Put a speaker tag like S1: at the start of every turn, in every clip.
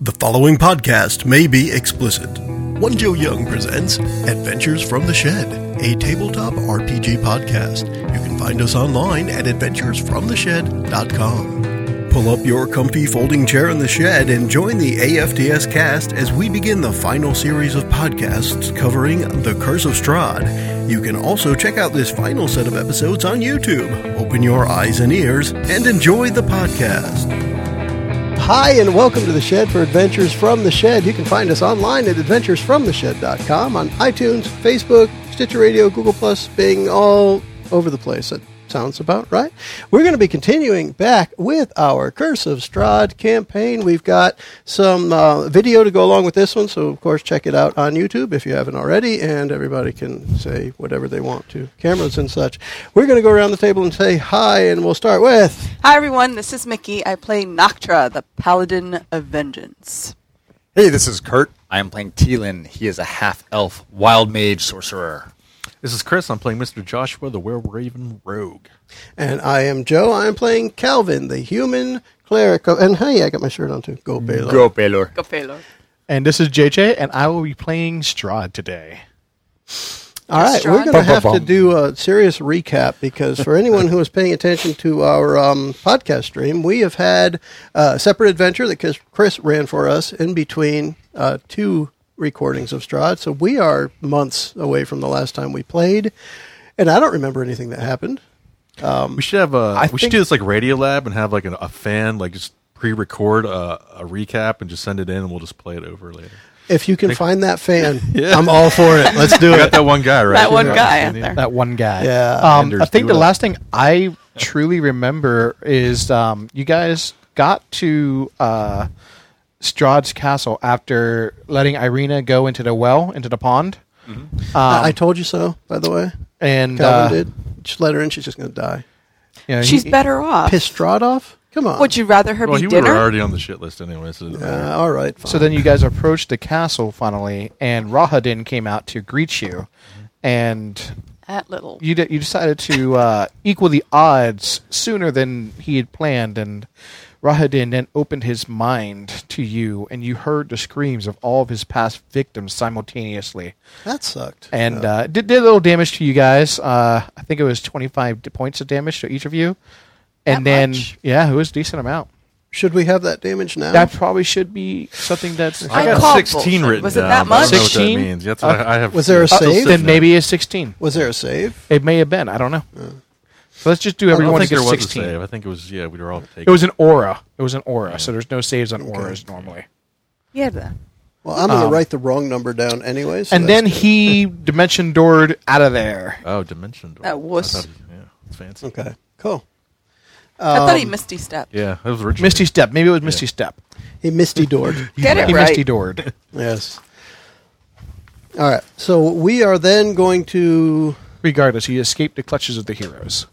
S1: The following podcast may be explicit. One Joe Young presents Adventures from the Shed, a tabletop RPG podcast. You can find us online at adventuresfromtheshed.com. Pull up your comfy folding chair in the shed and join the AFTS cast as we begin the final series of podcasts covering The Curse of Strahd. You can also check out this final set of episodes on YouTube. Open your eyes and ears and enjoy the podcast.
S2: Hi, and welcome to the Shed for Adventures from the Shed. You can find us online at adventuresfromtheshed.com, on iTunes, Facebook, Stitcher Radio, Google Plus, Bing, all over the place. That sounds about right. We're going to be continuing back with our Curse of Strahd campaign. We've got some uh, video to go along with this one, so of course check it out on YouTube if you haven't already, and everybody can say whatever they want to cameras and such. We're going to go around the table and say hi, and we'll start with.
S3: Hi everyone, this is Mickey. I play Noctra, the Paladin of Vengeance.
S4: Hey, this is Kurt. I am playing Teelan. He is a half elf wild mage sorcerer.
S5: This is Chris. I'm playing Mr. Joshua, the Werewolven Rogue.
S2: And I am Joe. I am playing Calvin, the human cleric. Of, and hey, I got my shirt on too. Go Baylor.
S4: Pelor.
S6: And this is JJ, and I will be playing Strahd today.
S2: All right, we're
S3: Strahd.
S2: going to have to do a serious recap because for anyone who is paying attention to our um, podcast stream, we have had a separate adventure that Chris- Chris ran for us in between uh, two recordings of Strahd. So we are months away from the last time we played, and I don't remember anything that happened.
S5: We should have a. we should
S6: think-
S5: do this like Radio Lab and have like an, a fan like just pre-record uh, a, a recap and just send it in, and we'll just play it over later.
S2: If you can find that fan, I'm all for it. Let's do
S5: We
S2: it.
S5: got that one guy right.
S3: That one guy out there.
S6: That one guy.
S2: Yeah.
S6: Um,
S5: Anders,
S6: I think
S5: do
S6: the
S5: it.
S6: last thing I truly remember is um, you guys got to uh, Strahd's castle after letting Irina go into the well, into the pond,
S2: I I told you so, by the way.
S6: and
S2: Calvin
S6: uh,
S2: did. Just let her in. She's just going to die.
S6: you know,
S3: She's
S6: he-
S3: better off.
S2: Piss Strahd off? Come on.
S3: Would you rather her
S5: Well,
S3: be
S5: he
S3: dinner?
S5: were already on the shit list anyway. So it doesn't
S2: Uh,
S5: matter.
S2: all right. Fine.
S6: So then you guys approached the castle finally, and Rahadin came out to greet you, and
S3: that little.
S6: you de- you decided to uh, equal the odds sooner than he had planned, and Rahadin then opened his mind to you, and you heard the screams of all of his past victims simultaneously,
S2: that sucked.
S6: and uh, it did did a little damage to you guys. Uh, I think it was twenty five points of damage to each of you, and
S3: That
S6: then
S3: much?
S6: yeah, it was a decent amount.
S2: Should we have that damage now?
S6: That probably should be something that's
S5: I
S3: I called
S5: got sixteen
S3: bullshit.
S5: written
S3: Was it
S5: down,
S3: that
S5: but I don't know what
S6: 16?
S5: that means. That's what I, I have.
S2: Was there a
S5: I'm still
S2: save?
S5: sitting
S6: then
S5: there.
S6: maybe it's sixteen.
S2: was there a save?
S6: It may have been. I don't know. So let's just do
S5: I don't
S6: everyone
S5: think there
S6: gets
S5: was
S6: sixteen.
S5: a save. I think it was yeah. We were all taking.
S6: It was an aura. It was an aura. So there's no saves on auras normally.
S3: Yeah, the-
S2: Well, I'm going to write the wrong number down anyway. so
S6: and
S2: that's
S6: then he dimension doored out of there.
S5: oh dimension door.
S3: That
S5: I
S3: wuss.
S5: thought- Yeah, it's fancy.
S2: good. okay. Cool.
S3: I thought he
S2: um,
S3: misty stepped.
S5: Yeah, that was Richard.
S6: Misty step. Maybe it was Misty step.
S2: He misty doored.
S3: Get it
S6: He
S3: right.
S6: Misty doored.
S2: yes. All right. So we are then going to.
S6: Regardless, he escaped the clutches of the heroes.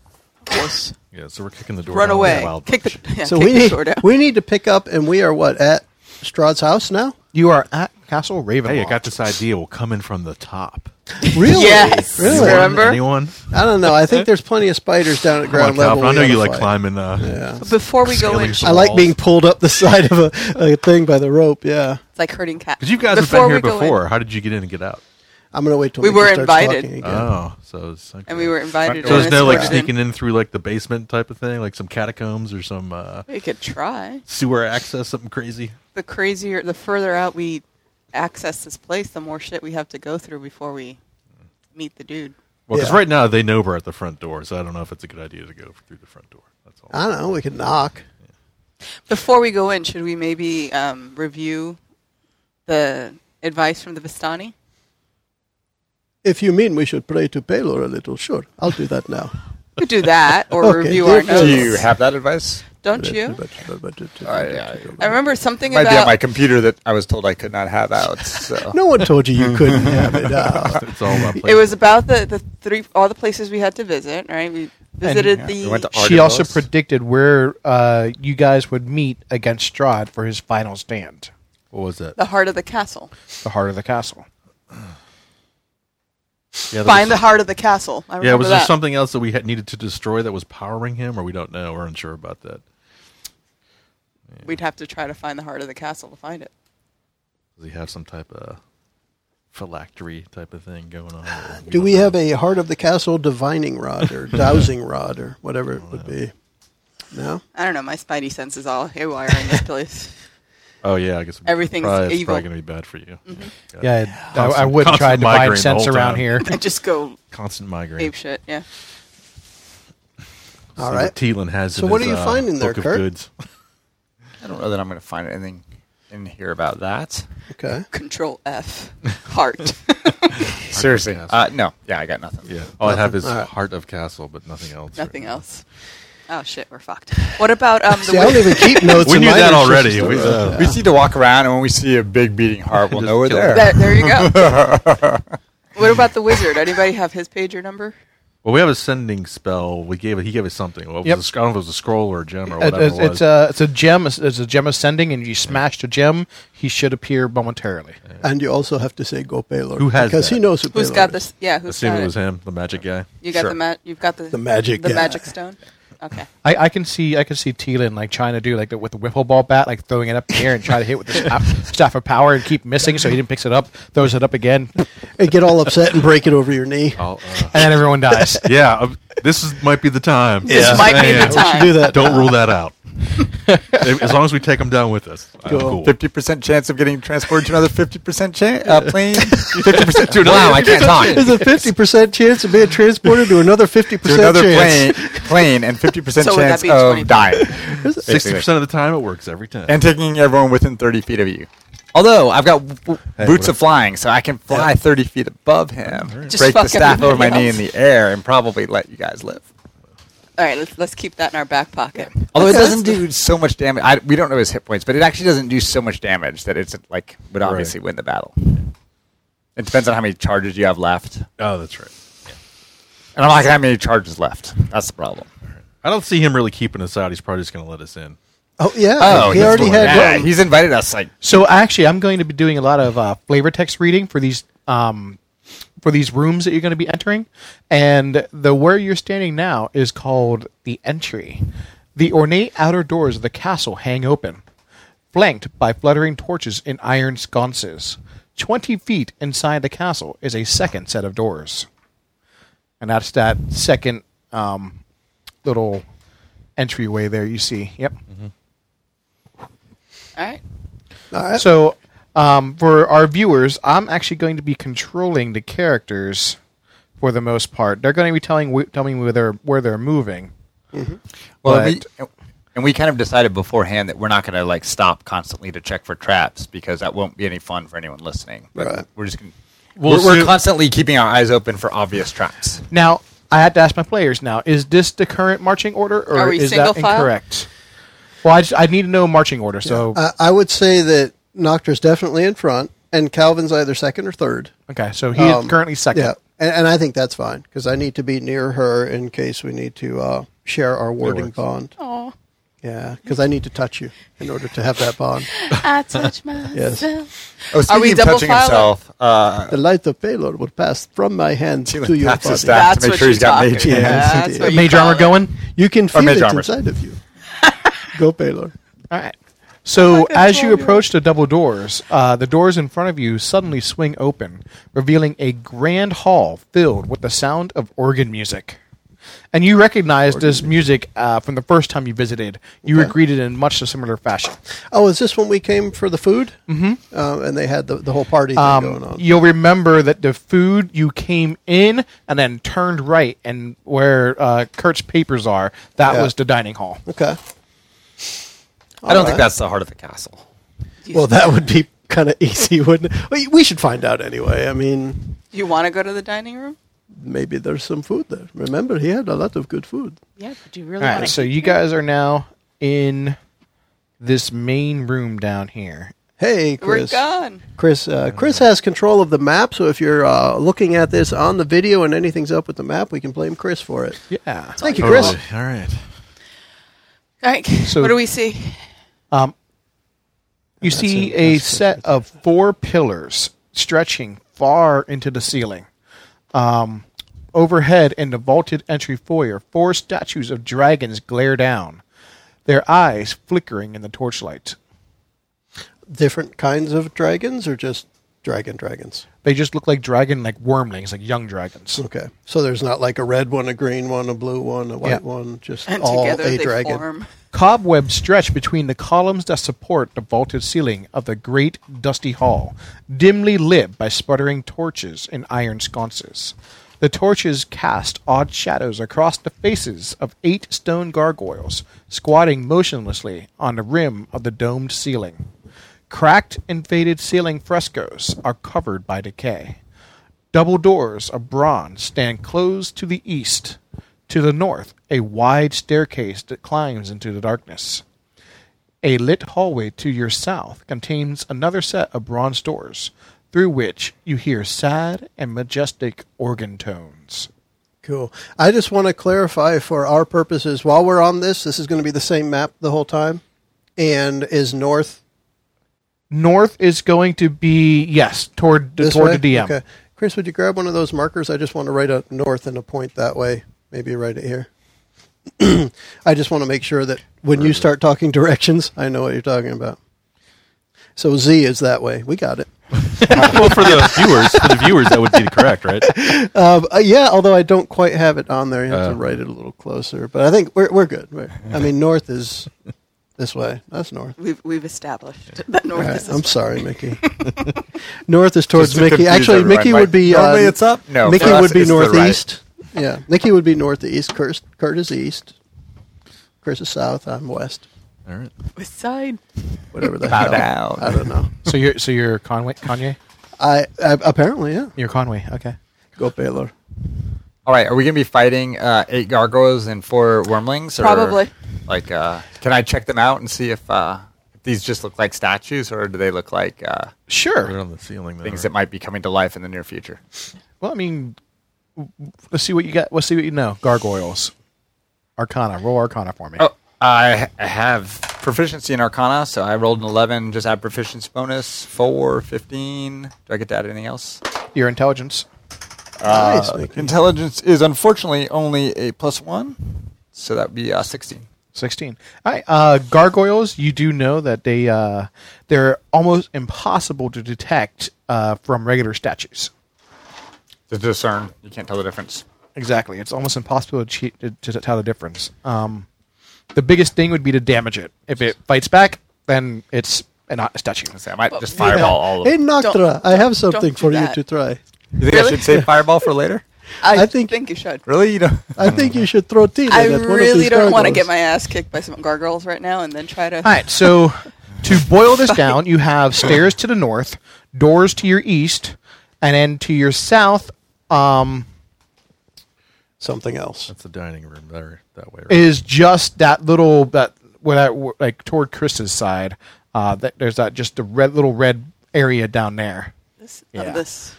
S3: Horse.
S5: Yeah, so we're kicking the door.
S3: Run
S5: down with the
S3: away.
S5: wild
S3: Kick the,
S5: bunch.
S3: yeah,
S2: So
S3: kick
S2: we
S3: the
S2: need
S3: door down.
S2: we need to pick up, and we are what at Strahd's house now?
S6: You are at Castle Ravenloft.
S5: Hey, I got this idea. We'll come in from the top.
S2: Really?
S3: Yes.
S2: Really?
S3: Remember?
S5: Anyone?
S2: I don't know. I think there's plenty of spiders down at
S5: Come on,
S2: ground level.
S5: Calvin. I know
S2: we
S5: you
S2: gotta
S5: like
S2: fight.
S5: climbing. Uh,
S2: Yeah.
S3: Before we go in,
S5: Scaling
S3: it's
S2: I like
S5: walls.
S2: being pulled up the side of a, a thing by the rope. Yeah.
S3: like hurting cats.
S5: Because you guys
S3: Before
S5: have been
S3: we
S5: here
S3: go in-
S5: before. How did you get in and get out?
S2: I'm gonna wait till
S3: We
S2: Mickey
S3: were
S2: starts
S3: invited.
S2: talking again.
S5: Oh, so it's okay.
S3: And we were invited.
S5: So
S3: and
S5: there's
S3: I
S5: no like
S3: squirted in.
S5: sneaking in through like the basement type of thing, like some catacombs or some uh,
S3: We could try.
S5: sewer access, something crazy.
S3: The crazier, the further out we access this place, the more shit we have to go through before we meet the dude.
S5: Well, because
S2: Yeah.
S5: right now they know we're at the front door, so I don't know if it's a good idea to go through the front door. That's all.
S2: I don't know. We could knock.
S3: Before we go in, should we maybe um, review the advice from the Vistani?
S2: If you mean we should pray to Pelor a little, sure. I'll do that now.
S3: We could do that or
S2: Okay,
S3: review
S2: there
S3: our
S2: it
S3: notes.
S2: is.
S4: Do you have that advice?
S3: Don't you?
S4: I-
S3: I remember something
S4: It might be on
S3: about
S4: my computer that I was told I could not have out. So.
S2: No one told you you couldn't have it. Uh,
S5: It's all about.
S3: it was about the, the three all the places we had to visit, right? We visited
S6: yeah.
S3: the
S4: We went to
S6: She also
S4: Argavos.
S6: predicted where uh, you guys would meet against Strahd for his final stand,
S5: What was that?
S3: the heart of the castle.
S6: the heart of the castle.
S5: Yeah, there
S3: Find the
S5: was,
S3: heart of the castle. I remember
S5: yeah, was
S3: that.
S5: there something else that we had needed to destroy that was powering him, or we don't know? We're unsure about that.
S3: We'd have to try to find the heart of the castle to find it.
S5: Does he have some type of phylactery type of thing going on? or
S2: Do
S5: don't
S2: we
S5: know?
S2: have a heart of the castle divining rod or dowsing rod or whatever it would be? No.
S3: I don't know. My spidey sense is all haywire in this place.
S5: Oh yeah, I guess
S3: Everything's
S5: probably, It's
S3: evil. Mm-hmm.
S5: probably gonna be bad for you. Got
S6: Yeah, I, I
S5: Constant-
S6: wouldn't try
S5: constant
S6: to find
S5: migraine the
S6: sense
S5: whole
S6: around
S5: time.
S6: here.
S3: I just go
S5: constant migraine.
S3: ape shit. Yeah.
S5: So
S2: All right.
S5: what Thielen has.
S2: So
S5: in
S2: what
S5: his,
S2: are you
S5: uh,
S2: finding there,
S5: book of
S2: Kurt?
S5: goods.
S4: I don't know that I'm going to find anything in here about that.
S2: Okay.
S3: Control F. Heart.
S4: Seriously.
S5: Castle.
S4: Uh, no. Yeah, I got nothing.
S5: Yeah. All Oh, I have
S2: Nothing.
S5: is
S2: All right.
S5: heart of castle, but nothing else.
S3: Nothing
S5: right now.
S3: else. Oh shit, we're fucked. What about um the
S2: See, I don't
S3: wi-
S2: even keep notes.
S5: We
S2: in
S5: knew
S2: my
S5: that
S2: notes.
S5: already.
S2: Just-
S5: We- uh,
S4: We just need to walk around, and when we see a big beating heart, we'll
S5: Just
S4: know we're
S5: kill
S4: there.
S5: it.
S3: There, there you go. what about the wizard? Anybody have his pager number?
S5: Well, we have a sending spell. We gave it. He gave us something. Well, it was
S6: Yep.
S5: a sc- I don't know if it was a scroll or a gem or
S6: It-
S5: whatever.
S6: it's,
S5: it
S6: it's
S5: was.
S2: uh,
S6: a it's a gem. It's a gem ascending, and you smashed a gem. He should appear momentarily.
S2: And you also have to say go Baylor.
S5: uh, Who has
S2: Because
S5: that?
S2: he knows who
S3: Who's
S2: Baylor
S3: got
S2: is.
S3: this? Yeah, who's
S5: Assume
S3: got
S5: it was him, the magic guy.
S3: You got
S4: Sure.
S3: the ma- You've got the the
S2: magic
S3: the
S2: guy.
S3: magic stone. Okay.
S6: I, I can see I can see Thielen like trying to do like the, with the wiffle ball bat, like throwing it up in the air and try to hit with the staff, staff of power and keep missing, so he didn't picks it up, throws it up again, and
S2: And get all upset and break it over your knee.
S5: I'll, uh,
S6: then everyone dies.
S5: yeah, uh, this is, might be the time.
S3: This
S5: Yeah.
S3: might be
S5: Yeah.
S3: the time.
S2: Do that.
S5: Don't rule that out. If- as long as we take him down with us, I'm
S2: Cool.
S5: cool.
S4: Fifty percent chance of getting transported to another fifty percent chance uh, plane. Fifty percent to another. Wow, I can't
S2: There's
S4: talk.
S2: a fifty percent chance of being transported to another fifty
S4: To
S2: percent
S4: another plane,
S2: chance.
S4: plane, and fifty percent
S3: So would that
S4: chance
S3: be
S4: of
S3: 20%?
S4: dying,
S5: Sixty percent of the time, it works every time.
S4: and taking everyone within thirty feet of you. Although I've got w- w-
S5: Hey,
S4: boots
S5: what-
S4: of flying, so I can fly thirty feet above him,
S3: Just
S4: break the
S3: fuck
S4: staff over my
S3: everybody
S4: knee in the air, and probably let you guys live.
S3: All right, let's let's keep that in our back pocket.
S4: Although it
S3: Okay.
S4: doesn't do so much damage, I, we don't know his hit points, but it actually doesn't do so much damage that it's like would obviously win the battle. It depends on how many charges you have left, and
S5: oh, that's right.
S4: I'm like, how many charges left? That's the problem.
S5: I don't see him really keeping us out. He's probably just going to let us in.
S2: Oh yeah, he
S4: he's-
S2: already had.
S4: Yeah, he's invited us. Like,
S6: So actually, I'm going to be doing a lot of uh, flavor text reading for these um, for these rooms that you're going to be entering, and the where you're standing now is called the entry. The ornate outer doors of the castle hang open, flanked by fluttering torches in iron sconces. Twenty feet inside the castle is a second set of doors, and that's that second um, little entryway there. You see, yep.
S3: All right.
S2: All right.
S6: So, um, for our viewers, I'm actually going to be controlling the characters for the most part. They're going to be telling w- telling me where they're where they're moving.
S4: well, we, and we kind of decided beforehand that we're not going to like stop constantly to check for traps because that won't be any fun for anyone listening. But
S2: Right.
S4: We're just going. to
S5: We'll
S4: we're, we're
S5: assume-
S4: constantly keeping our eyes open for obvious traps.
S6: Now, I had to ask my players. Now, is this the current marching order, or
S3: Are we
S6: is
S3: single
S6: that
S3: file?
S6: incorrect? Well, I, just, I need to know marching order. So,
S2: I, I would say that Noctur's definitely in front, and Calvin's either second or third.
S6: okay, so he
S2: Um,
S6: is currently second.
S2: Yeah, and, and I think that's fine because I need to be near her in case we need to uh, share our warding
S5: works.
S2: bond.
S3: Oh,
S2: Yeah, because I need to touch you in order to have that bond.
S3: I touch myself.
S4: Oh,
S3: Are we
S4: speaking of
S3: double
S4: touching
S3: filing?
S4: himself? Uh,
S2: the light of Baylor would pass from my hands
S4: She would
S2: to your
S4: pass the
S2: body.
S4: staff. Have to
S3: That's
S4: make
S3: what
S4: sure
S3: you
S4: he's got mage
S3: talking
S4: hand.
S3: about.
S2: Yes,
S3: That's
S2: it
S3: what
S2: is.
S3: you
S6: Mage
S3: call
S6: armor
S3: it.
S6: going.
S2: You can feel
S4: Midge
S2: it
S4: Armor.
S2: inside of you. Go Baylor.
S6: All right. Oh So as you approach the double doors, uh, the doors in front of you suddenly swing open, revealing a grand hall filled with the sound of organ music. And you recognize this music uh, from the first time you visited. You were
S2: Okay.
S6: greeted in much a similar fashion.
S2: Oh, is this when we came for the food? Mm-hmm. Um, and they had the, the whole party thing going
S6: Um,
S2: on.
S6: you'll remember that the food you came in and then turned right, and where uh, Kurt's papers are, that
S2: Yeah.
S6: was the dining hall.
S2: okay.
S4: I don't
S2: All right.
S4: think that's the heart of the castle.
S2: Well, that would be kind of easy, wouldn't it? We- We should find out anyway. I mean,
S3: You want to go to the dining room?
S2: maybe there's some food there. Remember, he had a lot of good food.
S3: Yeah, but do you really
S6: All right, so you guys are now in this main room down here.
S2: Hey,
S3: We're
S2: Chris.
S3: gone.
S2: Chris, uh, Chris has control of the map, so if you're uh, looking at this on the video and anything's up with the map, we can blame Chris for it.
S6: Yeah.
S2: Thank you, Chris.
S5: Totally. All right.
S3: All right.
S6: So-
S3: what do we see?
S6: Um, you see a set of four pillars stretching far into the ceiling. Um, overhead in the vaulted entry foyer, four statues of dragons glare down. their eyes flickering in the torchlight.
S2: Different kinds of dragons or just dragon dragons?
S6: They just look like dragon, like wormlings, like young dragons.
S2: Okay. So there's not like a red one, a green one, a blue one, a white
S6: Yeah.
S2: one, just
S3: and
S2: all
S3: together
S2: a
S3: they
S2: dragon.
S3: form.
S6: Cobwebs stretch between the columns that support the vaulted ceiling of the great dusty hall, dimly lit by sputtering torches in iron sconces. The torches cast odd shadows across the faces of eight stone gargoyles, squatting motionlessly on the rim of the domed ceiling. Cracked and faded ceiling frescoes are covered by decay. Double doors of bronze stand closed to the east. To the north, a wide staircase that climbs into the darkness. A lit hallway to your south contains another set of bronze doors, through which you hear sad and majestic organ tones.
S2: Cool. I just want to clarify for our purposes while we're on this, this is going to be the same map the whole time. And is north
S6: North is going to be yes toward the,
S2: this way?
S6: toward the DM.
S2: Okay. Chris, would you grab one of those markers? I just want to write up north and a point that way. Maybe right it here. I just want to make sure that when you start talking directions, I know what you're talking about. So Z is that way. We got it.
S5: well, for the viewers, for the viewers, that would be correct, right?
S2: Um, uh, yeah, although I don't quite have it on there. You have
S5: Uh.
S2: to write it a little closer. But I think we're, we're good. We're, I mean, north is this way. That's north.
S3: We've we've established that north
S2: All right,
S3: is.
S2: I'm sorry, Mickey. north is towards
S4: Just to
S2: Mickey.
S4: confuse
S2: Actually,
S4: everyone,
S2: Mickey
S4: like,
S2: would be. Uh,
S4: normally it's up? No,
S2: Mickey
S4: for us
S2: would be
S4: it's the right.
S2: northeast. Yeah, Mickey would be northeast. Kurt, Kurt is east. Chris is south. I'm west.
S5: All right.
S3: West side.
S2: Whatever the
S4: Bow
S2: hell.
S4: down.
S2: I don't know.
S6: So you're so you're Conway Kanye.
S2: I, I apparently yeah.
S6: You're Conway. Okay.
S2: Go Baylor.
S4: All right, are we gonna be fighting uh, eight gargoyles and four wormlings? Or,
S3: Probably.
S4: Like, uh, can I check them out and see if, uh, if these just look like statues, or do they look like uh,
S5: They're
S6: Sure.
S5: on the ceiling. Though,
S4: things that
S5: right?
S4: might be coming to life in the near future?
S6: Well, I mean, w- w- let's see what you got. Let's see what you know. Gargoyles. Arcana. Roll Arcana for me.
S4: Oh, I I have proficiency in Arcana, so I rolled an 11, just add proficiency bonus, 4, 15. Do I get to add anything else?
S6: Your intelligence.
S2: nice, Mickey.
S4: Intelligence is unfortunately only a plus 1, so that would be uh, 16.
S6: 16. All right. Uh, gargoyles, you do know that they, uh, they're almost impossible to detect uh, from regular statues.
S4: To discern, you can't tell the difference.
S6: Exactly. It's almost impossible to, cheat, to, to tell the difference. Um, the biggest thing would be to damage it. If it fights back, then it's not a statue.
S4: So I might just fireball all of
S2: Hey
S4: them.
S2: Noctra,
S3: Don't-
S2: I have
S3: don't-
S2: something
S3: don't
S2: for
S3: do
S2: you
S3: that.
S2: to try.
S4: You think I
S3: Really?
S4: should save fireball for later?
S3: I,
S2: I think-
S3: think, you should.
S4: Really? You don't.
S2: I think you should throw Tina.
S3: I
S2: at one of
S3: really
S2: these
S3: don't want to
S2: gargoyles.
S3: get my ass kicked by some gargoyles right now, and then try to.
S6: All right, so to boil this down, you have stairs to the north, doors to your east, and then to your south um,
S2: something else.
S5: That's the dining room there, that way. Right?
S6: is just that little that where that like toward Chris's side. Uh, that there's that just the red little red area down there.
S3: This,
S6: Yeah.
S3: uh, this.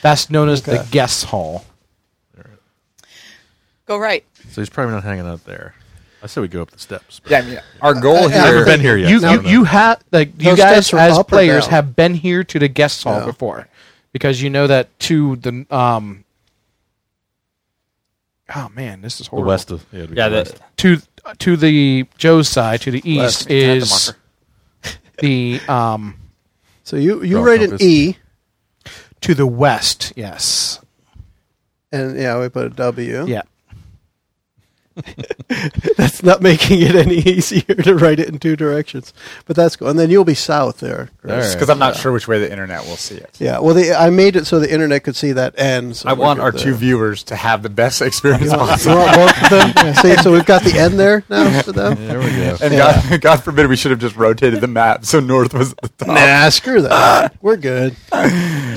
S6: That's known as the
S2: Okay.
S6: guest hall.
S3: Go right.
S5: So he's probably not hanging out there. I said we go up the steps. but-
S4: Yeah, I mean, our goal
S2: I- I-
S4: here.
S5: Never been here yet.
S6: you
S5: so I
S6: you,
S5: don't know.
S6: you have like you
S2: Those
S6: guys
S2: steps are
S6: as
S2: up or
S6: players
S2: down?
S6: have been here to the guest hall
S2: No.
S6: before because you know that to the um. Oh man, this is
S5: Or
S6: horrible.
S5: west of yeah, it'd be
S4: Yeah,
S5: west.
S4: that,
S6: to to the Joe's side to the
S4: Left. Had
S6: east
S4: the
S6: is
S4: marker.
S6: the um
S2: So you you
S5: Wrong
S2: write
S5: compass.
S2: an E,
S6: to the west. Yes.
S2: and yeah, we put a W.
S6: Yeah.
S2: That's not making it any easier to write it in two directions. But that's cool. And then you'll be south there. Chris.
S4: because I'm not sure which way the internet will see it.
S2: Yeah. Well, the, I made it so the internet could see that N. So
S4: I
S2: we're
S4: want
S2: good
S4: our
S2: there.
S4: two viewers to have the best experience
S2: You want,
S4: possible.
S2: you want both of them? Yeah, see, so we've got the N there now for them.
S5: There we go.
S4: And God, God forbid we should have just rotated the map so north was at the top.
S2: Nah, screw
S4: Uh,
S2: that. We're good.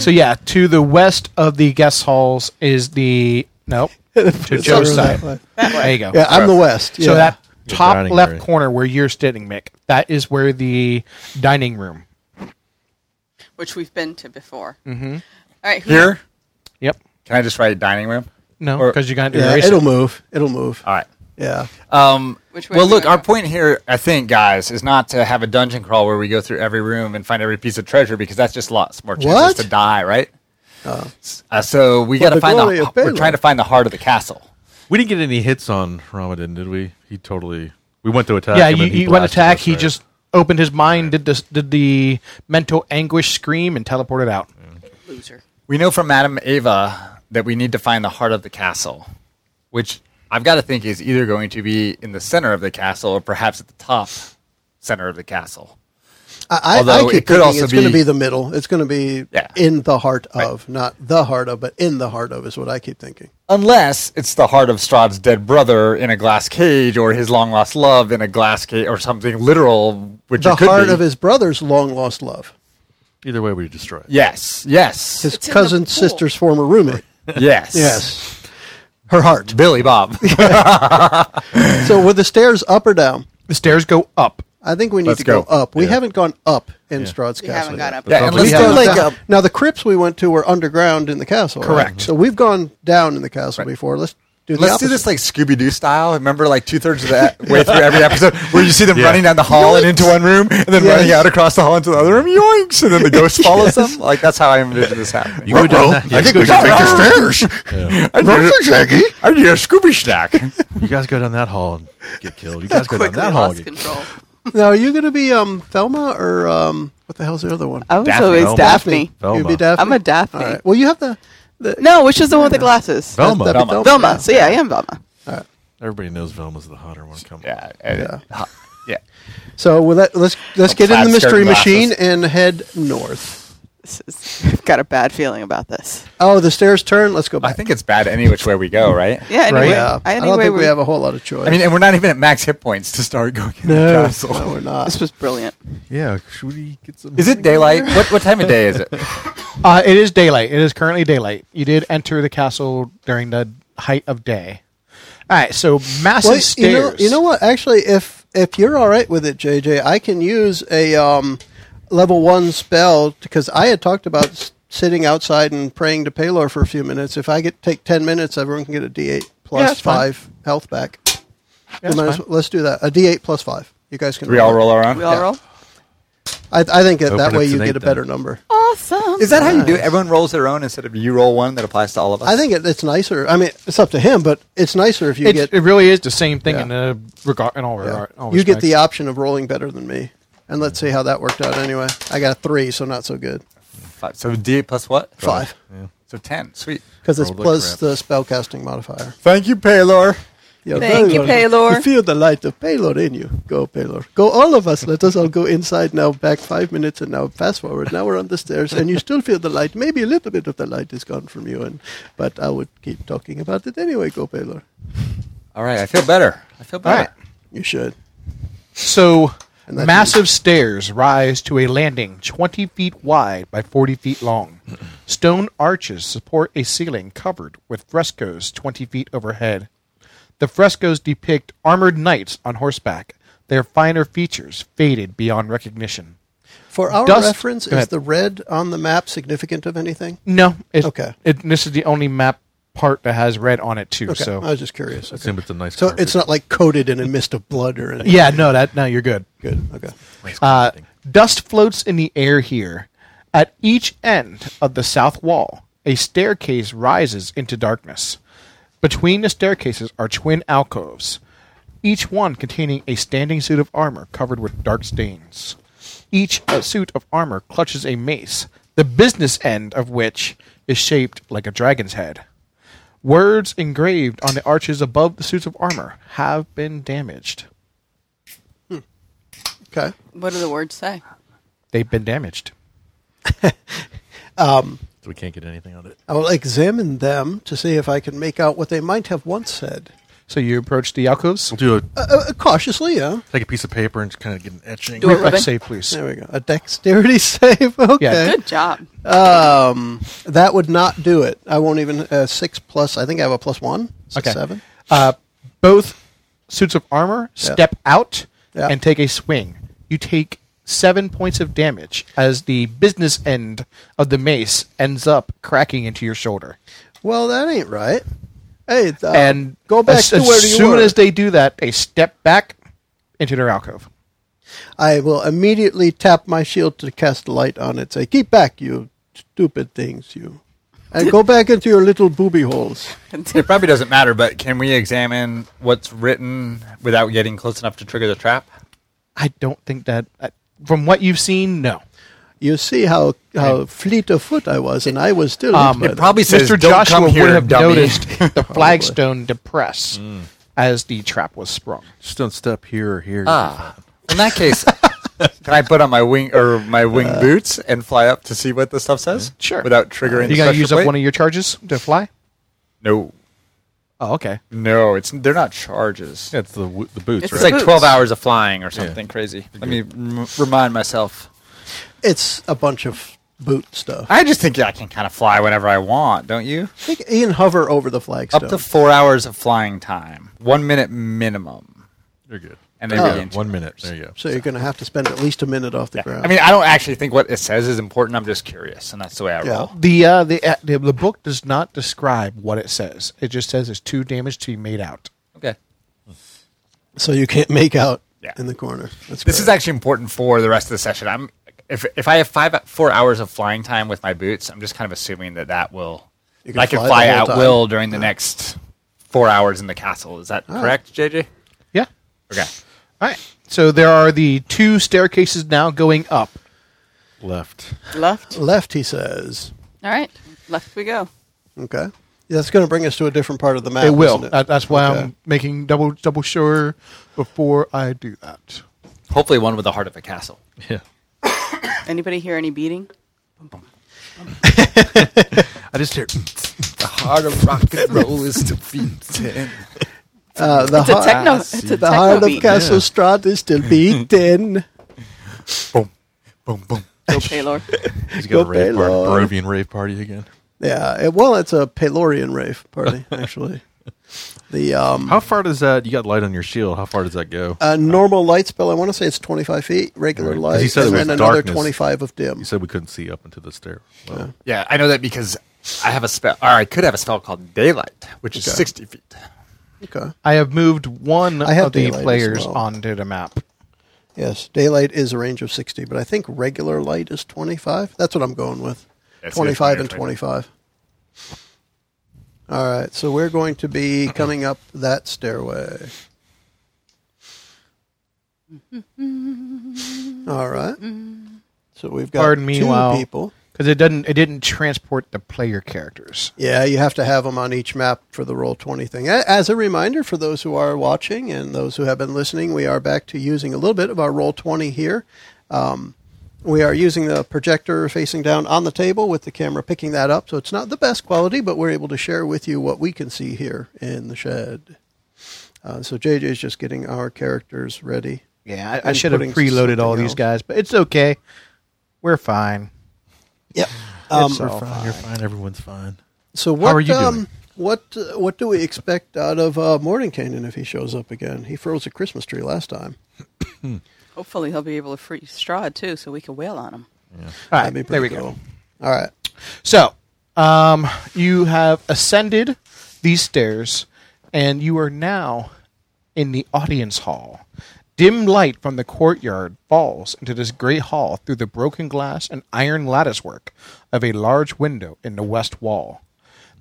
S6: So yeah, to the west of the guest halls is the nope. to Joe's
S2: Something
S6: side.
S2: that way.
S6: There you go.
S2: Yeah, I'm the West. yeah.
S6: So that
S5: The
S6: top
S5: dining
S6: left
S5: area.
S6: corner where you're sitting, Mick, that is where the dining room.
S3: which we've been to before. Mm-hmm. right, who-
S4: Here?
S6: Yep.
S4: Can I just write dining room?
S6: No,
S4: Or-
S6: because you got to
S2: Yeah,
S6: erase
S2: it'll
S6: it.
S2: move. It'll move.
S4: All right.
S2: Yeah.
S4: Um,
S3: Which way
S4: well,
S3: do we
S4: look, our
S3: go?
S4: point here, I think, guys, is not to have a dungeon crawl where we go through every room and find every piece of treasure because that's just lots more chances
S2: What?
S4: to die, right? Uh, so we got to
S2: the
S4: find
S2: glory
S4: the.
S2: of
S4: We're
S2: Balor.
S4: trying to find the heart of the castle.
S5: We didn't get any hits on Ramadan, did we? He totally. We went to attack.
S6: yeah,
S5: him
S6: you,
S5: and he
S6: you went
S5: blasted
S6: attack.
S5: us,
S6: He
S5: right?
S6: just opened his mind, did this, did the mental anguish scream, and teleported out.
S3: Loser.
S4: We know from Madame Ava that we need to find the heart of the castle, which I've got to think is either going to be in the center of the castle or perhaps at the top center of the castle.
S2: I, I, I keep
S4: Although it could
S2: thinking
S4: also
S2: it's going to
S4: be-
S2: be the middle. It's going to be
S4: Yeah.
S2: in the heart of, not the heart of, but in the heart of is what I keep thinking.
S4: Unless it's the heart of Strahd's dead brother in a glass cage or his long lost love in a glass cage or something literal, which
S2: The
S4: it could
S2: heart
S4: be.
S2: of his brother's long lost love,
S5: Either way, we destroy. it.
S4: Yes, yes,
S2: his
S3: It's in the
S2: cousin's
S3: pool.
S2: sister's former roommate.
S4: yes,
S2: Yes, her heart.
S4: Billy Bob.
S2: So were the stairs up or down?
S6: The stairs go up.
S2: I think we need
S4: Let's
S2: to go,
S4: go.
S2: up. We
S5: Yeah.
S2: haven't gone up in Strahd's
S3: We
S2: castle.
S3: haven't
S2: yet.
S3: gone up.
S4: Yeah,
S5: Sounds
S4: and
S5: like
S4: let's
S2: We've
S5: Yeah,
S4: go
S2: gone
S4: like uh,
S2: down.
S4: a-
S2: Now the crypts we went to were underground in the castle. right?
S6: Correct.
S2: So we've gone down in the castle before. Let's do the
S4: Let's do
S2: opposite.
S4: this like Scooby Doo style. Remember, like two thirds of the e-, way through every episode, where you see them
S5: Yeah.
S4: running down the hall and into one room, and then
S2: Yes.
S4: running out across the hall into the other room, yoinks, and then the ghost follows them. Like that's how I envision this happening.
S5: You go down that- yeah, you go down that-
S4: stairs. I need a- I need a Scooby snack.
S5: You guys go down that hall and get killed. You guys go down
S3: Quickly
S5: that hall.
S3: lost
S5: And get,
S3: control.
S2: Now are you going to be um, Thelma or um, what the hell's the other one?
S3: I was
S5: Daphne.
S3: always
S5: Velma.
S3: Oh, Daphne.
S5: Velma.
S2: You be Daphne.
S3: I'm a Daphne.
S2: All right. Well, you have the. the
S3: No, which is the one with the glasses?
S5: Velma.
S2: that'd be
S4: Velma.
S3: Velma. So yeah, I am Velma.
S5: everybody knows Velma's the hotter one. Come on.
S4: yeah, and- yeah.
S2: So well, that, let's let's get in
S4: plaid
S2: the mystery
S4: skirt glasses.
S2: machine and head north.
S3: This is, I've got a bad feeling about this.
S2: Oh, the stairs turn. Let's go
S4: I
S2: back.
S4: think it's bad any which way we go, right?
S3: Yeah. Anyway,
S2: yeah,
S3: I,
S2: I
S3: anyway,
S2: don't think
S3: we,
S2: we have a whole lot of choice.
S4: I mean, and we're not even at max hit points to start going in the
S2: no,
S4: castle.
S2: no, we're not.
S3: this was brilliant.
S5: Yeah. Should we get some?
S4: Is it daylight? What what time of day is it?
S6: Uh, it is daylight. It is currently daylight. You did enter the castle during the height of day. All right, so massive
S2: Well, you
S6: stairs.
S2: know, you know what? Actually, if if you're all right with it, JJ, I can use a um, level one spell because I had talked about s- sitting outside and praying to Palor for a few minutes. If I get take ten minutes, everyone can get a D8
S6: Yeah,
S2: plus
S6: that's fine.
S2: five health back.
S6: Yeah, that's
S2: We might as
S6: fine.
S2: well- let's do that. A D8 plus five. You guys can.
S4: we all roll
S3: We
S4: around.
S3: all
S2: Yeah.
S3: roll.
S2: I, I think that,
S5: Open
S2: that
S5: it
S2: way
S5: to
S2: you
S5: Nate
S2: get a
S5: then.
S2: better number.
S3: Awesome.
S4: Is that how you do it? Everyone rolls their own instead of you roll one that applies to all of us.
S2: I think it, it's nicer. I mean, it's up to him, but it's nicer if you
S6: It's-
S2: get
S6: it really is the same thing
S2: Yeah.
S6: in, a regard, in all
S2: Yeah.
S6: regard. all
S2: you get the
S6: respects.
S2: option of rolling better than me. And let's see how that worked out anyway. I got a three, so not so good.
S4: Five. So D eight plus what?
S2: Five.
S4: So ten. Sweet.
S2: Because it's
S5: Rolled like
S2: plus
S5: crap.
S2: the spellcasting modifier.
S4: Thank you, Paylor.
S2: You're
S3: Thank you,
S2: very welcome.
S3: Paylor.
S2: You feel the light of Paylor in you. Go, Paylor. Go, all of us. Let us all go inside now, back five minutes, and now fast forward. Now we're on the stairs, and you still feel the light. Maybe a little bit of the light is gone from you, and but I would keep talking about it anyway. Go, Paylor.
S4: All right, I feel better. I feel better.
S6: right.
S2: You should.
S6: So
S2: uh, And that's
S6: massive stairs rise to a landing 20 feet wide by 40 feet long. Stone arches support a ceiling covered with frescoes 20 feet overhead. The frescoes depict armored knights on horseback, their finer features faded beyond recognition.
S2: For our
S6: Dust-
S2: reference,
S6: Go
S2: is
S6: ahead.
S2: the red on the map significant of anything?
S6: No, it,
S2: Okay.
S6: It, this is the only map part that has red on it too.
S2: Okay,
S6: So
S2: I was just curious. Okay.
S5: Assume it's a nice.
S2: So
S5: carpet.
S2: it's not like coated in a mist of blood or anything.
S6: yeah, no, that no, you're good.
S2: Good. Okay.
S5: Nice
S6: Uh,
S5: carpeting.
S6: dust floats in the air here. At each end of the south wall, a staircase rises into darkness. Between the staircases are twin alcoves, each one containing a standing suit of armor covered with dark stains. Each uh, suit of armor clutches a mace, the business end of which is shaped like a dragon's head. Words engraved on the arches above the suits of armor have been damaged.
S2: Okay.
S3: What do the words say?
S6: They've been damaged.
S5: So we can't get anything on it.
S2: I will examine them to see if I can make out what they might have once said.
S6: So you approach the alcoves.
S5: We'll do a
S2: Uh, uh, cautiously, yeah.
S5: take a piece of paper and just kind of get an etching.
S3: Do it, Robin.
S6: Reflex save, please.
S2: There we go. A dexterity save. Okay.
S3: Good job.
S2: Um, that would not do it. I won't even uh, six plus. I think I have a plus one. So
S6: Okay.
S2: Seven.
S6: Uh, both suits of armor step out
S2: Yeah.
S6: and take a swing. You take seven points of damage as the business end of the mace ends up cracking into your shoulder.
S2: Well, that ain't right. Hey, th- um,
S6: and
S2: go back
S6: as,
S2: to
S6: as
S2: where you
S6: soon
S2: were.
S6: as they do that, they step back into their alcove.
S2: I will immediately tap my shield to cast light on it. Say, keep back, you stupid things, you. and go back into your little booby holes.
S4: It probably doesn't matter, but can we examine what's written without getting close enough to trigger the trap?
S6: I don't think that. I, from what you've seen, no.
S2: You see how how fleet of foot I was, and I was still.
S6: Um,
S2: hit by
S4: It probably says,
S6: Mr.
S4: "Don't
S6: Joshua
S4: come here,
S6: would have
S4: dummy." Mm.
S6: noticed the flagstone depress as the trap was sprung.
S5: Just don't step here or here.
S4: Ah, in that case, can I put on my wing or my wing boots and fly up to see what the stuff says?
S6: Uh, Sure.
S4: Without triggering.
S6: you
S4: the
S6: gonna
S4: pressure
S6: use
S4: plate?
S6: up one of your charges to fly?
S4: No,
S6: Oh, okay.
S4: no, it's they're not charges.
S5: Yeah, it's the w- the boots,
S3: It's
S5: right?
S4: It's like
S3: Boots.
S4: twelve hours of flying or something crazy. Let me rem- remind myself.
S2: the- It's a bunch of boot stuff. I
S4: I just think I can kind of fly whenever I want, don't you?
S2: think you can hover over the flagstone.
S4: Up to four hours of flying time, one minute minimum,
S5: You're good.
S4: and then begin to-
S5: One minute. There you go.
S2: so you're going to have to spend at least a minute off the ground.
S4: I mean, I don't actually think what it says is important. I'm just curious, and that's the way I
S2: Yeah.
S4: roll.
S6: The uh, the, uh, the the book does not describe what it says. It just says it's two damage to be made out.
S4: Okay.
S2: so you can't make out
S4: Yeah.
S2: in the corner. That's
S4: This
S2: great.
S4: is actually important for the rest of the session. I'm if if I have five four hours of flying time with my boots, I'm just kind of assuming that that will
S2: You can
S4: I can
S2: fly the
S4: fly
S2: whole
S4: out
S2: time.
S4: will during the next four hours in the castle. Is
S2: Ah.
S4: that correct, JJ?
S6: Yeah.
S4: Okay.
S6: All right. So there are the two staircases now going up.
S5: Left.
S3: Left.
S2: left. He says.
S3: All right. Left we go.
S2: Okay. That's going to bring us to a different part of the map.
S6: It will.
S2: isn't it?
S6: That, that's why
S2: Okay.
S6: I'm making double double sure before I do that.
S4: Hopefully, one with the heart of a castle.
S5: Yeah.
S3: Anybody hear any beating?
S5: I just hear.
S4: The heart of rock and roll is defeated.
S2: Uh, the
S3: It's a
S2: heart,
S3: techno.
S4: I
S3: It's
S4: see.
S2: the
S3: a techno
S2: heart of
S3: beat.
S2: Castle Strahd is still beaten.
S4: boom, boom, boom.
S3: Go Paylor.
S5: He's got
S2: Go
S5: a rave party,
S2: Baylor.
S5: Barovian rave party again.
S2: yeah. it- well, it's a Pelorian rave party actually. the um,
S5: How far does that? You got light on your shield. How far does that go?
S2: a normal light spell. I want to say it's twenty five feet regular
S5: Right. 'Cause
S2: light,
S5: he said it
S2: and
S5: was
S2: then another
S5: darkness.
S2: twenty five of dim.
S5: you said we couldn't see up into the stair. Well,
S4: Yeah, I know that because I have a spell, or I could have a spell called daylight, which is
S2: Okay.
S4: sixty feet.
S2: Okay.
S6: I have moved one
S2: I have
S6: of the
S2: daylight as
S6: players
S2: well.
S6: onto the map.
S2: Yes, daylight is a range of sixty, but I think regular light is twenty five. That's what I'm going with.
S4: That's
S2: twenty five
S4: it,
S2: and
S4: right?
S2: twenty five. All right, so we're going to be coming up that stairway. All right. So we've got
S6: Pardon me
S2: two
S6: while-
S2: people.
S6: Because it doesn't it didn't transport the player characters.
S2: Yeah, you have to have them on each map for the roll 20 thing. A- As a reminder for those who are watching and those who have been listening, we are back to using a little bit of our roll 20 here. Um, we are using the projector facing down on the table with the camera picking that up. So it's not the best quality, but we're able to share with you what we can see here in the shed. Uh, so JJ is just getting our characters ready.
S6: Yeah, I, I
S2: And
S6: should have
S2: putting
S6: preloaded all
S2: something
S6: these
S2: else.
S6: guys, but it's okay. We're fine.
S2: Yep. Um,
S6: It's all fine.
S5: Oh, you're fine. Everyone's fine.
S2: So what?
S5: are you
S2: um,
S5: doing?
S2: What uh, what do we expect out of uh, Mordenkainen if he shows up again? He froze a Christmas tree last time.
S3: Hopefully he'll be able to free Strahd too, so we can wail on him.
S6: All right,
S2: That'd be
S6: there we
S2: pretty
S6: go.
S2: cool. All right.
S6: So, um, you have ascended these stairs, and you are now in the audience hall. Dim light from the courtyard falls into this great hall through the broken glass and iron lattice work of a large window in the west wall.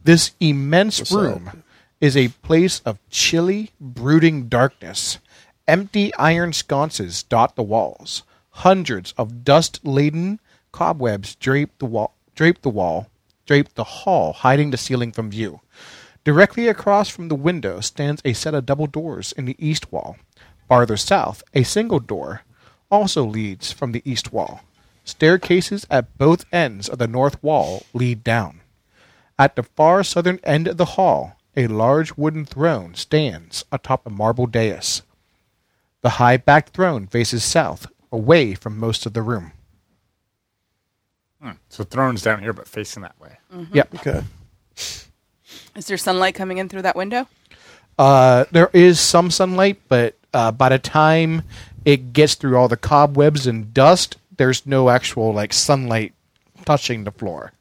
S6: This immense room is a place of chilly, brooding darkness. Empty iron sconces dot the walls. Hundreds of dust-laden cobwebs drape the wall, drape the wall, drape the hall, hiding the ceiling from view. Directly across from the window stands a set of double doors in the east wall. Farther south, a single door also leads from the east wall. Staircases at both ends of the north wall lead down. At the far southern end of the hall, a large wooden throne stands atop a marble dais. The high backed throne faces south, away from most of the room.
S4: So throne's down here, but facing that way.
S6: Yep.
S2: Okay.
S3: Is there sunlight coming in through that window?
S6: Uh, there is some sunlight, but uh, by the time it gets through all the cobwebs and dust, there's no actual like sunlight touching the floor.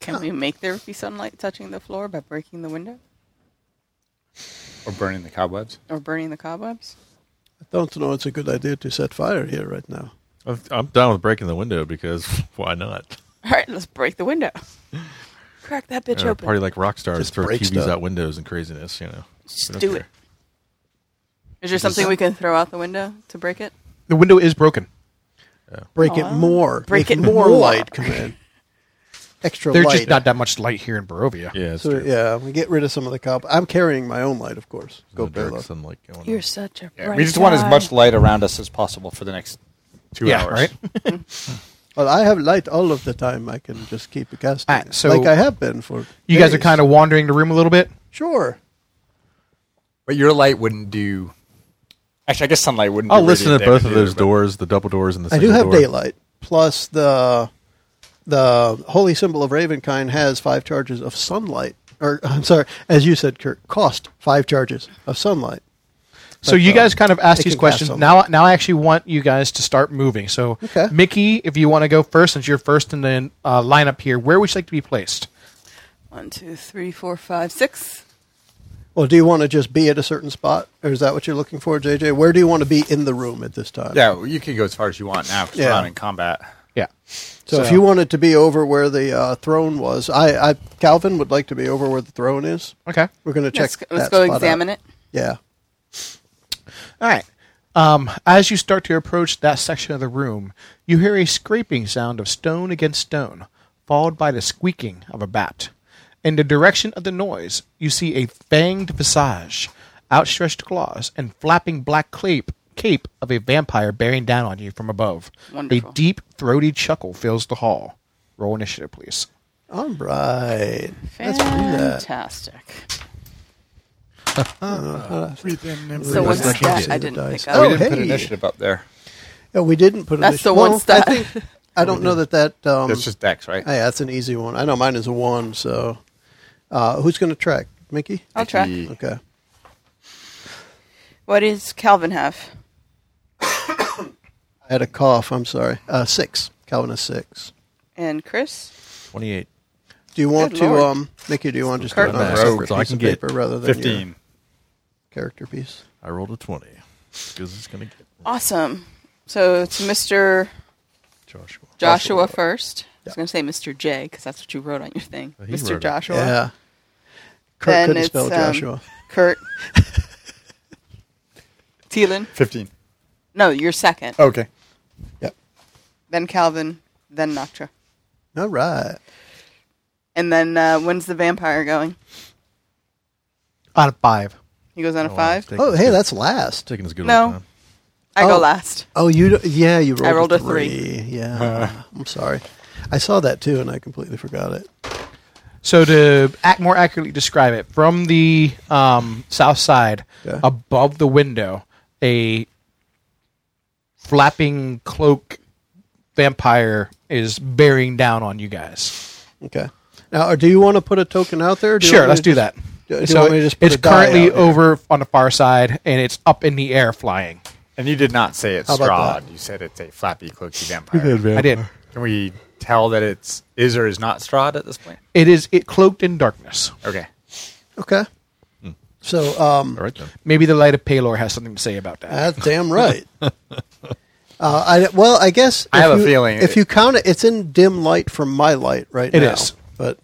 S3: Can we make there be sunlight touching the floor by breaking the window
S2: Mm.
S4: Or burning the cobwebs.
S3: or burning the cobwebs?
S2: I don't know. It's a good idea to set fire here right now.
S5: I'm- I'm down with breaking the window because why not?
S3: All right, let's break the window. crack that bitch
S5: uh,
S3: open.
S5: party like rock stars,
S2: Just
S5: throw
S2: break
S5: TVs
S2: stuff.
S5: out windows and craziness. You know, We
S3: Just
S5: don't
S3: do
S5: care.
S3: it. Is there something we can throw out the window to break it?
S6: The window is broken.
S2: Break it
S3: Aw.
S2: more.
S3: Break
S2: Make
S3: it more.
S2: light. Come in. Extra
S6: There's
S2: light.
S6: just not that much light here in Barovia.
S5: Yeah, it's
S2: So,
S5: true.
S2: yeah, we get rid of some of the cop. I'm carrying my own light, of course. Go
S5: No dark
S2: Bela.
S5: sunlight going on.
S7: You're such a
S4: Yeah, we just want as much light around us as possible for the next two
S6: Yeah,
S4: hours.
S6: right?
S2: Well, I have light all of the time. I can just keep it casting,
S6: Alright, Ah, so-
S2: like I have been for.
S6: You guys are kind of wandering the room a little bit.
S2: sure.
S4: But your light wouldn't do. Actually, I guess sunlight wouldn't.
S5: I'll
S4: do
S5: listen
S4: radiant
S5: at both of
S4: damage
S5: those
S4: either, but-
S5: doors, the double doors and the.
S2: I do
S5: single
S2: have
S5: door.
S2: daylight plus the the holy symbol of Ravenkind has five charges of sunlight. Or I'm sorry, as you said, Kurt, cost five charges of sunlight.
S6: So you
S2: um,
S6: guys kind of asked
S2: it
S6: these
S2: can cast
S6: questions.
S2: some.
S6: Now, now I actually want you guys to start moving. So,
S2: Okay.
S6: Mickey, if you want to go first, since you're first in the uh, lineup here, where would you like to be placed?
S3: One, two, three, four, five, six.
S2: Well, do you want to just be at a certain spot, or is that what you're looking for, JJ? Where do you want to be in the room at this time?
S4: Yeah, well, you can go as far as you want now. 'cause We're
S2: Yeah.
S4: not in combat.
S6: Yeah.
S2: So, if you wanted to be over where the uh, throne was, I, I Calvin would like to be over where the throne is.
S6: Okay.
S2: We're going to check.
S3: Let's, let's
S2: that
S3: go
S2: spot
S3: examine
S2: out.
S3: it.
S2: Yeah.
S6: All right. Um, as you start to approach that section of the room, you hear a scraping sound of stone against stone, followed by the squeaking of a bat. In the direction of the noise, you see a fanged visage, outstretched claws, and flapping black cape, cape of a vampire bearing down on you from above.
S3: Wonderful.
S6: A deep, throaty chuckle fills the hall. Roll initiative, please.
S2: All right. Let's do that.
S3: Fantastic.
S2: Really
S3: So what's
S2: nice.
S3: that?
S2: See the
S3: I didn't
S2: dice.
S3: pick
S2: Oh,
S4: we
S3: up.
S4: didn't put
S2: hey.
S4: initiative up there.
S2: Yeah, we didn't put.
S3: That's
S2: initi-
S3: the
S2: well,
S3: one stat.
S2: I, think, I don't know that that. Um,
S4: That's just Dex, right?
S2: oh, yeah, that's an easy one. I know mine is a one. So, uh, who's going to track, Mickey?
S3: I'll try.
S4: Mickey.
S2: Okay.
S3: What does Calvin have?
S2: I had a cough. I'm sorry. Uh, six. Calvin is six.
S3: And Chris?
S5: Twenty-eight.
S2: Do you want
S3: Good
S2: to,
S3: lord.
S2: um, Mickey? Do you want to just do
S3: Kurt
S2: it on a
S5: Rogue.
S2: separate
S5: So I
S2: piece
S5: can
S2: of
S5: get
S2: paper rather than your
S4: Fifteen.
S2: character piece?
S5: I rolled a twenty because it's gonna get
S3: Awesome. So it's Mr.
S5: Joshua.
S3: Joshua first. I
S2: Yeah.
S3: was going to say Mr. J because that's what you wrote on your thing.
S5: He wrote
S3: Mr.
S5: it.
S3: Joshua.
S2: Yeah. Kurt
S3: Then
S2: couldn't
S3: it's,
S2: spell
S3: um,
S2: Joshua.
S3: Kurt. Teelan.
S4: Fifteen.
S3: No, you're second.
S4: Okay.
S2: Yep.
S3: Then Calvin. Then Noctra.
S2: All right.
S3: And then uh, when's the vampire going?
S6: Out of five.
S3: He goes on a five.
S2: Oh, hey, that's last.
S5: taking as good.
S3: No.
S5: old time.
S3: I go
S2: Oh.
S3: last.
S2: Oh, you? d- Yeah, you rolled.
S3: I rolled
S2: a
S3: a three.
S2: Yeah. I'm sorry. I saw that too, and I completely forgot it.
S6: So to act more accurately describe it, from the um, south side,
S2: Yeah.
S6: above the window, a flapping cloak vampire is bearing down on you guys.
S2: Okay. Now, or do you want to put a token out there? or Do you
S6: Sure,
S2: want
S6: let's
S2: me to
S6: do
S2: just-
S6: that.
S2: do you
S6: so
S2: want me to just put
S6: it's
S2: a die
S6: currently
S2: out here?
S6: over on the far side, and it's up in the air flying.
S4: And you did not say it's
S2: How about
S4: Strahd. You said it's a flappy, cloaky vampire.
S6: I did.
S4: Can we tell that it's is or is not Strahd at this point?
S6: It is it cloaked in darkness.
S4: Okay.
S2: Okay. So, um,
S5: All right then.
S6: Maybe the light of Palor has something to say about that.
S2: that's damn right. Uh, I, well, I guess
S4: I
S2: if
S4: have a
S2: you-
S4: feeling
S2: if
S4: it-
S2: you count it, it's in dim light from my light right
S6: It
S2: now.
S6: is.
S2: but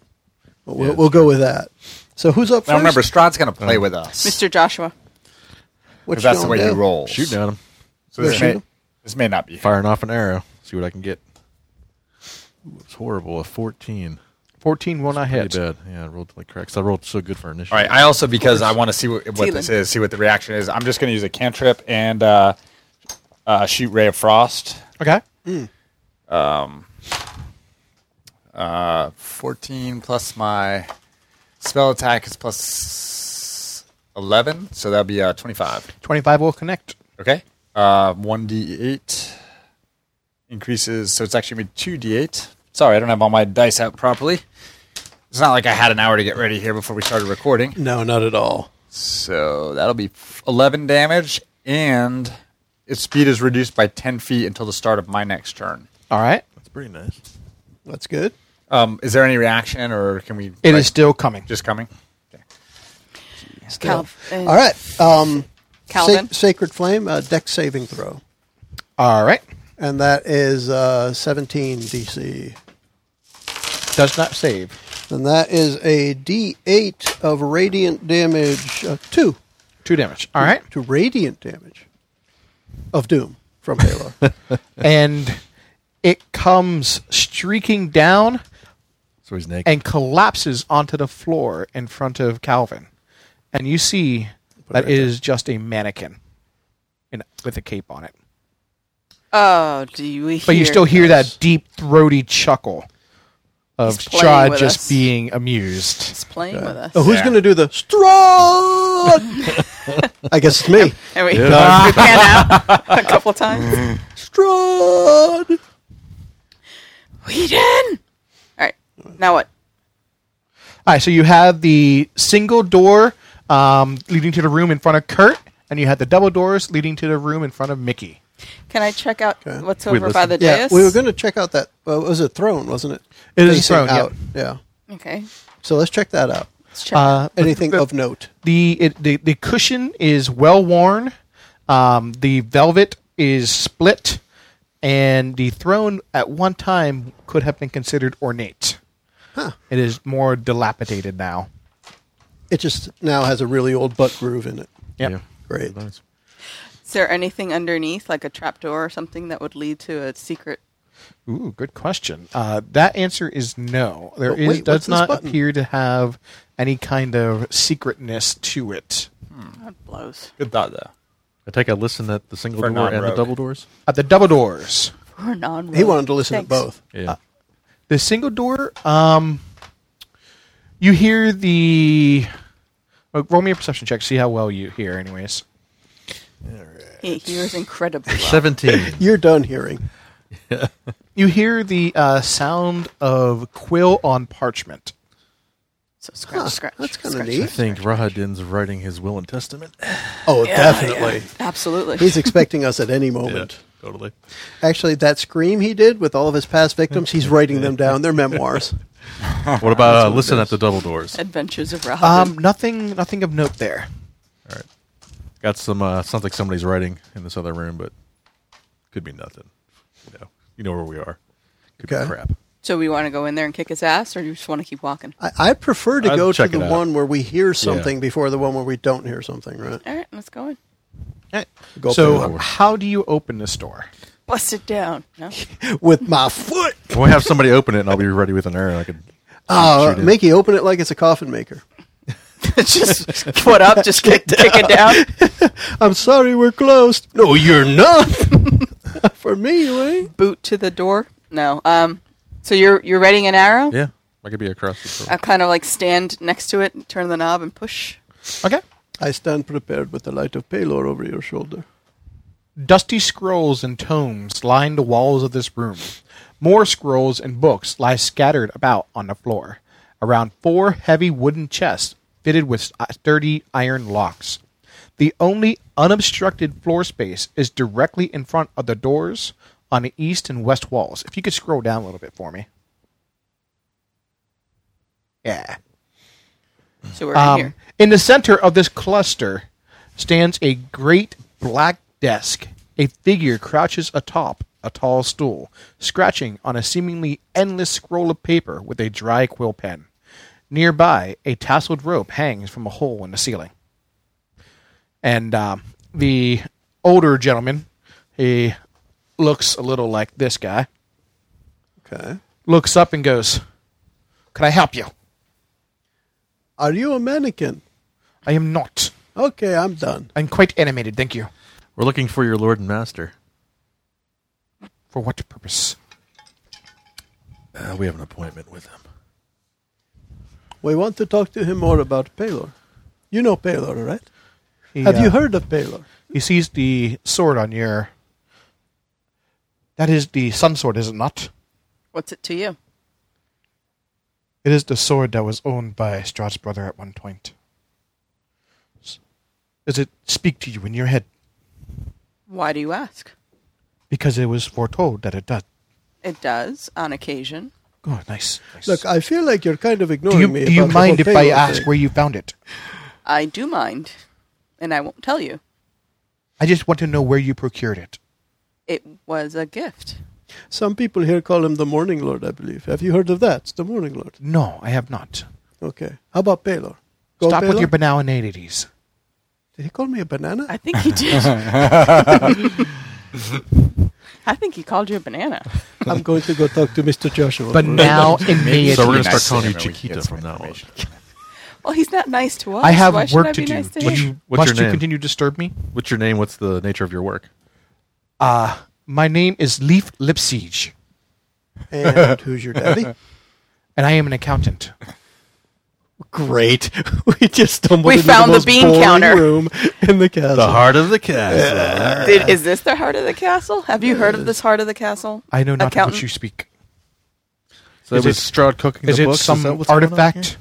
S2: we'll, we'll go with that. So, who's up first?
S4: Now remember, Strahd's going to play with us.
S3: Mr. Joshua.
S2: What
S4: 'cause
S2: you
S4: that's the
S2: gonna
S4: way
S2: do?
S4: he rolls.
S5: Shooting at him,
S4: So this
S2: Shoot
S4: may,
S2: him.
S4: this may not be.
S5: firing off an arrow. See what I can get. Ooh, It's horrible. A fourteen.
S6: Fourteen will not hit.
S5: Pretty bad. Yeah, I rolled like cracks. I rolled so good for initiative.
S4: All right. I also because I want to see what, what
S3: Teelan.
S4: this is, see what the reaction is. I'm just going to use a cantrip and uh, uh, shoot ray of frost.
S6: Okay.
S4: Uh, 14 plus my spell attack is plus 11, so that'll be uh, 25.
S6: Twenty five will connect.
S4: Okay. Uh, 1d8 increases, so it's actually going to be 2d8. Sorry, I don't have all my dice out properly. It's not like I had an hour to get ready here before we started recording.
S2: No, not at all.
S4: So that'll be f- 11 damage, and its speed is reduced by 10 feet until the start of my next turn.
S6: All right.
S5: That's pretty nice.
S2: That's good.
S4: Um, is there any reaction, or can we?
S6: It is
S4: like,
S6: still coming.
S4: just coming. Okay.
S3: Cal- uh,
S2: All right. Um,
S3: Calvin.
S2: Sac- Sacred Flame, uh, deck saving throw.
S6: All right.
S2: And that is uh, 17 DC.
S6: Does not save.
S2: And that is a D8 of radiant damage. Uh, two.
S6: Two damage. All right.
S2: To radiant damage of doom from Halo.
S6: and it comes streaking down
S5: So he's naked.
S6: and collapses onto the floor in front of Calvin. And you see that it is just a mannequin in, with a cape on it.
S3: Oh, do we?
S6: But you
S3: hear
S6: still hear
S3: those?
S6: that deep, throaty chuckle of
S3: He's playing
S6: Strahd
S3: with
S6: just
S3: us.
S6: being amused.
S3: It's playing with us.
S2: Oh, who's
S4: Yeah.
S2: going to do the Strahd? I guess it's me.
S3: And we we pan out a couple times.
S2: Strahd!
S3: Whedon. All right. Now what?
S6: All right, so you have the single door um, leading to the room in front of Kurt, and you had the double doors leading to the room in front of Mickey.
S3: Can I check out what's
S5: We
S3: over by the
S5: listen.
S2: Yeah,
S3: dais?
S2: we were going to check out that. Well, it was a throne, wasn't it?
S6: It is a
S2: Facing
S6: throne, yeah.
S2: Out. Yeah.
S3: Okay.
S2: So let's check that out.
S3: Let's check.
S6: Uh,
S2: Anything
S6: the-
S2: of note?
S6: The it, the the cushion is well worn. Um, the velvet is split, and the throne at one time could have been considered ornate. It is more dilapidated now.
S2: It just now has a really old butt groove in it.
S6: Yep.
S5: Yeah.
S2: Great.
S5: Nice.
S3: Is there anything underneath, like a trapdoor or something, that would lead to a secret?
S6: Ooh, good question. Uh, that answer is no. There
S2: But Oh, wait,
S6: is
S2: what's
S6: does
S2: this
S6: not
S2: button?
S6: appear to have any kind of secretness to it.
S3: God blows.
S4: Good thought though.
S5: I take a listen at the single
S4: For
S5: door and the
S4: non-rogue.
S5: double doors.
S6: At Uh, the double doors,
S3: We're non.
S2: He wanted to listen to both.
S5: Yeah.
S6: the single door. Um, you hear the. well, roll me a perception check. See how well you hear. Anyways,
S3: He hears incredibly. well.
S5: Seventeen.
S2: You're done hearing.
S6: you hear the uh, sound of quill on parchment.
S3: So scratch,
S2: Huh,
S3: scratch.
S2: that's kinda
S3: scratch,
S2: neat.
S5: I think Rahadin's writing his will and testament.
S2: Oh,
S3: Yeah,
S2: definitely.
S3: yeah, absolutely.
S2: He's expecting us at any moment.
S5: totally.
S2: Actually, that scream he did with all of his past victims, he's writing them down. They're memoirs.
S5: What about uh, listen at the double doors?
S3: Adventures of
S6: Um,
S3: Robin.
S6: nothing, nothing of note there.
S5: Got some. Uh, sounds like somebody's writing in this other room, but could be nothing. You know, you know where we are. Could
S2: Okay.
S5: be crap.
S3: so we want to go in there and kick his ass, or you just want to keep walking?
S2: I, I prefer to
S5: I'd
S2: go to
S5: check
S2: the
S5: it out.
S2: one where we hear something before the one where we don't hear something, right?
S3: All right, let's go in. Eh.
S2: Go
S5: through
S6: so,
S5: the-
S6: how do you open this door?
S3: Bust it down. No.
S2: With my foot.
S5: Can we have somebody open it, and I'll be ready with an arrow. I could.
S2: Uh,
S5: shoot it.
S2: Mickey, open it like it's a coffin maker.
S3: just foot up, just kick, kick it down.
S2: I'm sorry, we're closed. No, you're not. For me, right?
S3: Boot to the door. No. Um. So you're you're readying an arrow.
S5: Yeah, I could be across the
S3: I
S4: Uh,
S5: floor.
S3: kind of like stand next to it, and turn the knob, and push.
S6: Okay.
S2: I stand prepared with the light of Palor over your shoulder.
S6: Dusty scrolls and tomes line the walls of this room. More scrolls and books lie scattered about on the floor, around four heavy wooden chests fitted with sturdy iron locks. The only unobstructed floor space is directly in front of the doors on the east and west walls. If you could scroll down a little bit for me. Yeah.
S3: So we're in
S6: Um,
S3: here.
S6: in the center of this cluster stands a great black desk. A figure crouches atop a tall stool, scratching on a seemingly endless scroll of paper with a dry quill pen. Nearby, a tasseled rope hangs from a hole in the ceiling. And um, the older gentleman, he looks a little like this guy,
S2: Okay.
S6: looks up and goes, Can I help you?
S2: Are you a mannequin?
S6: I am not.
S2: Okay, I'm done.
S6: I'm quite animated, thank you.
S5: We're looking for your lord and master.
S6: For what purpose?
S5: Uh, we have an appointment with him.
S2: We want to talk to him more about Palor. You know Palor, right?
S6: He,
S2: Have you
S6: uh,
S2: heard of Palor?
S6: He sees the sword on your. That is the sun sword, is it not?
S3: What's it to you?
S6: It is the sword that was owned by Strahd's brother at one point. S- Does it speak to you in your head?
S3: Why do you ask?
S6: Because it was foretold that it does.
S3: It does on occasion.
S6: Oh, nice. nice.
S2: Look, I feel like you're kind of
S6: do
S2: ignoring
S6: you,
S2: me.
S6: do you
S2: about the whole
S6: mind if I
S2: Palor
S6: ask
S2: thing.
S6: where you found it?
S3: I do mind, and I won't tell you.
S6: I just want to know where you procured it.
S3: It was a gift
S2: Some people here call him the Morning Lord, I believe. Have you heard of that? It's the Morning Lord.
S6: No, I have not.
S2: Okay. How about Pelor? Go
S6: Stop with
S2: Pelor?
S6: your banalities.
S2: Did he call me a banana?
S3: I think he did. I think he called you a banana.
S2: I'm going to go talk to Mr. Joshua.
S6: But now in me,
S5: So we're
S4: Maybe
S5: gonna start
S4: nice
S5: calling you
S4: him and we can
S5: Chiquita
S4: get some
S5: from now on.
S4: information.
S3: Well, he's not nice to us.
S6: I have
S3: Oh, Why should
S6: work
S3: I
S6: to
S3: be
S6: do.
S3: Nice to
S6: Would
S3: him?
S6: you,
S5: What's
S6: must
S5: your
S6: you
S5: name?
S6: continue to disturb me?
S5: What's your name? What's the nature of your work?
S6: Uh, my name is Leaf Lipsiege,
S2: and who's your daddy?
S6: and I am an accountant.
S2: Great. We just stumbled
S3: We
S2: into
S3: found
S2: the,
S3: the
S2: most
S3: bean
S2: boring
S3: counter.
S2: room in the castle.
S5: heart of the castle.
S2: Uh,
S3: Did, is this the heart of the castle? Have you heard of this heart of the castle?
S6: I know not
S3: Accountant?
S6: what you speak.
S5: So
S6: Is
S5: is
S6: it-
S5: it Stroud cooking
S6: Is
S5: the
S6: it
S5: books? Is
S6: some
S5: that what's going on
S6: artifact?
S5: here?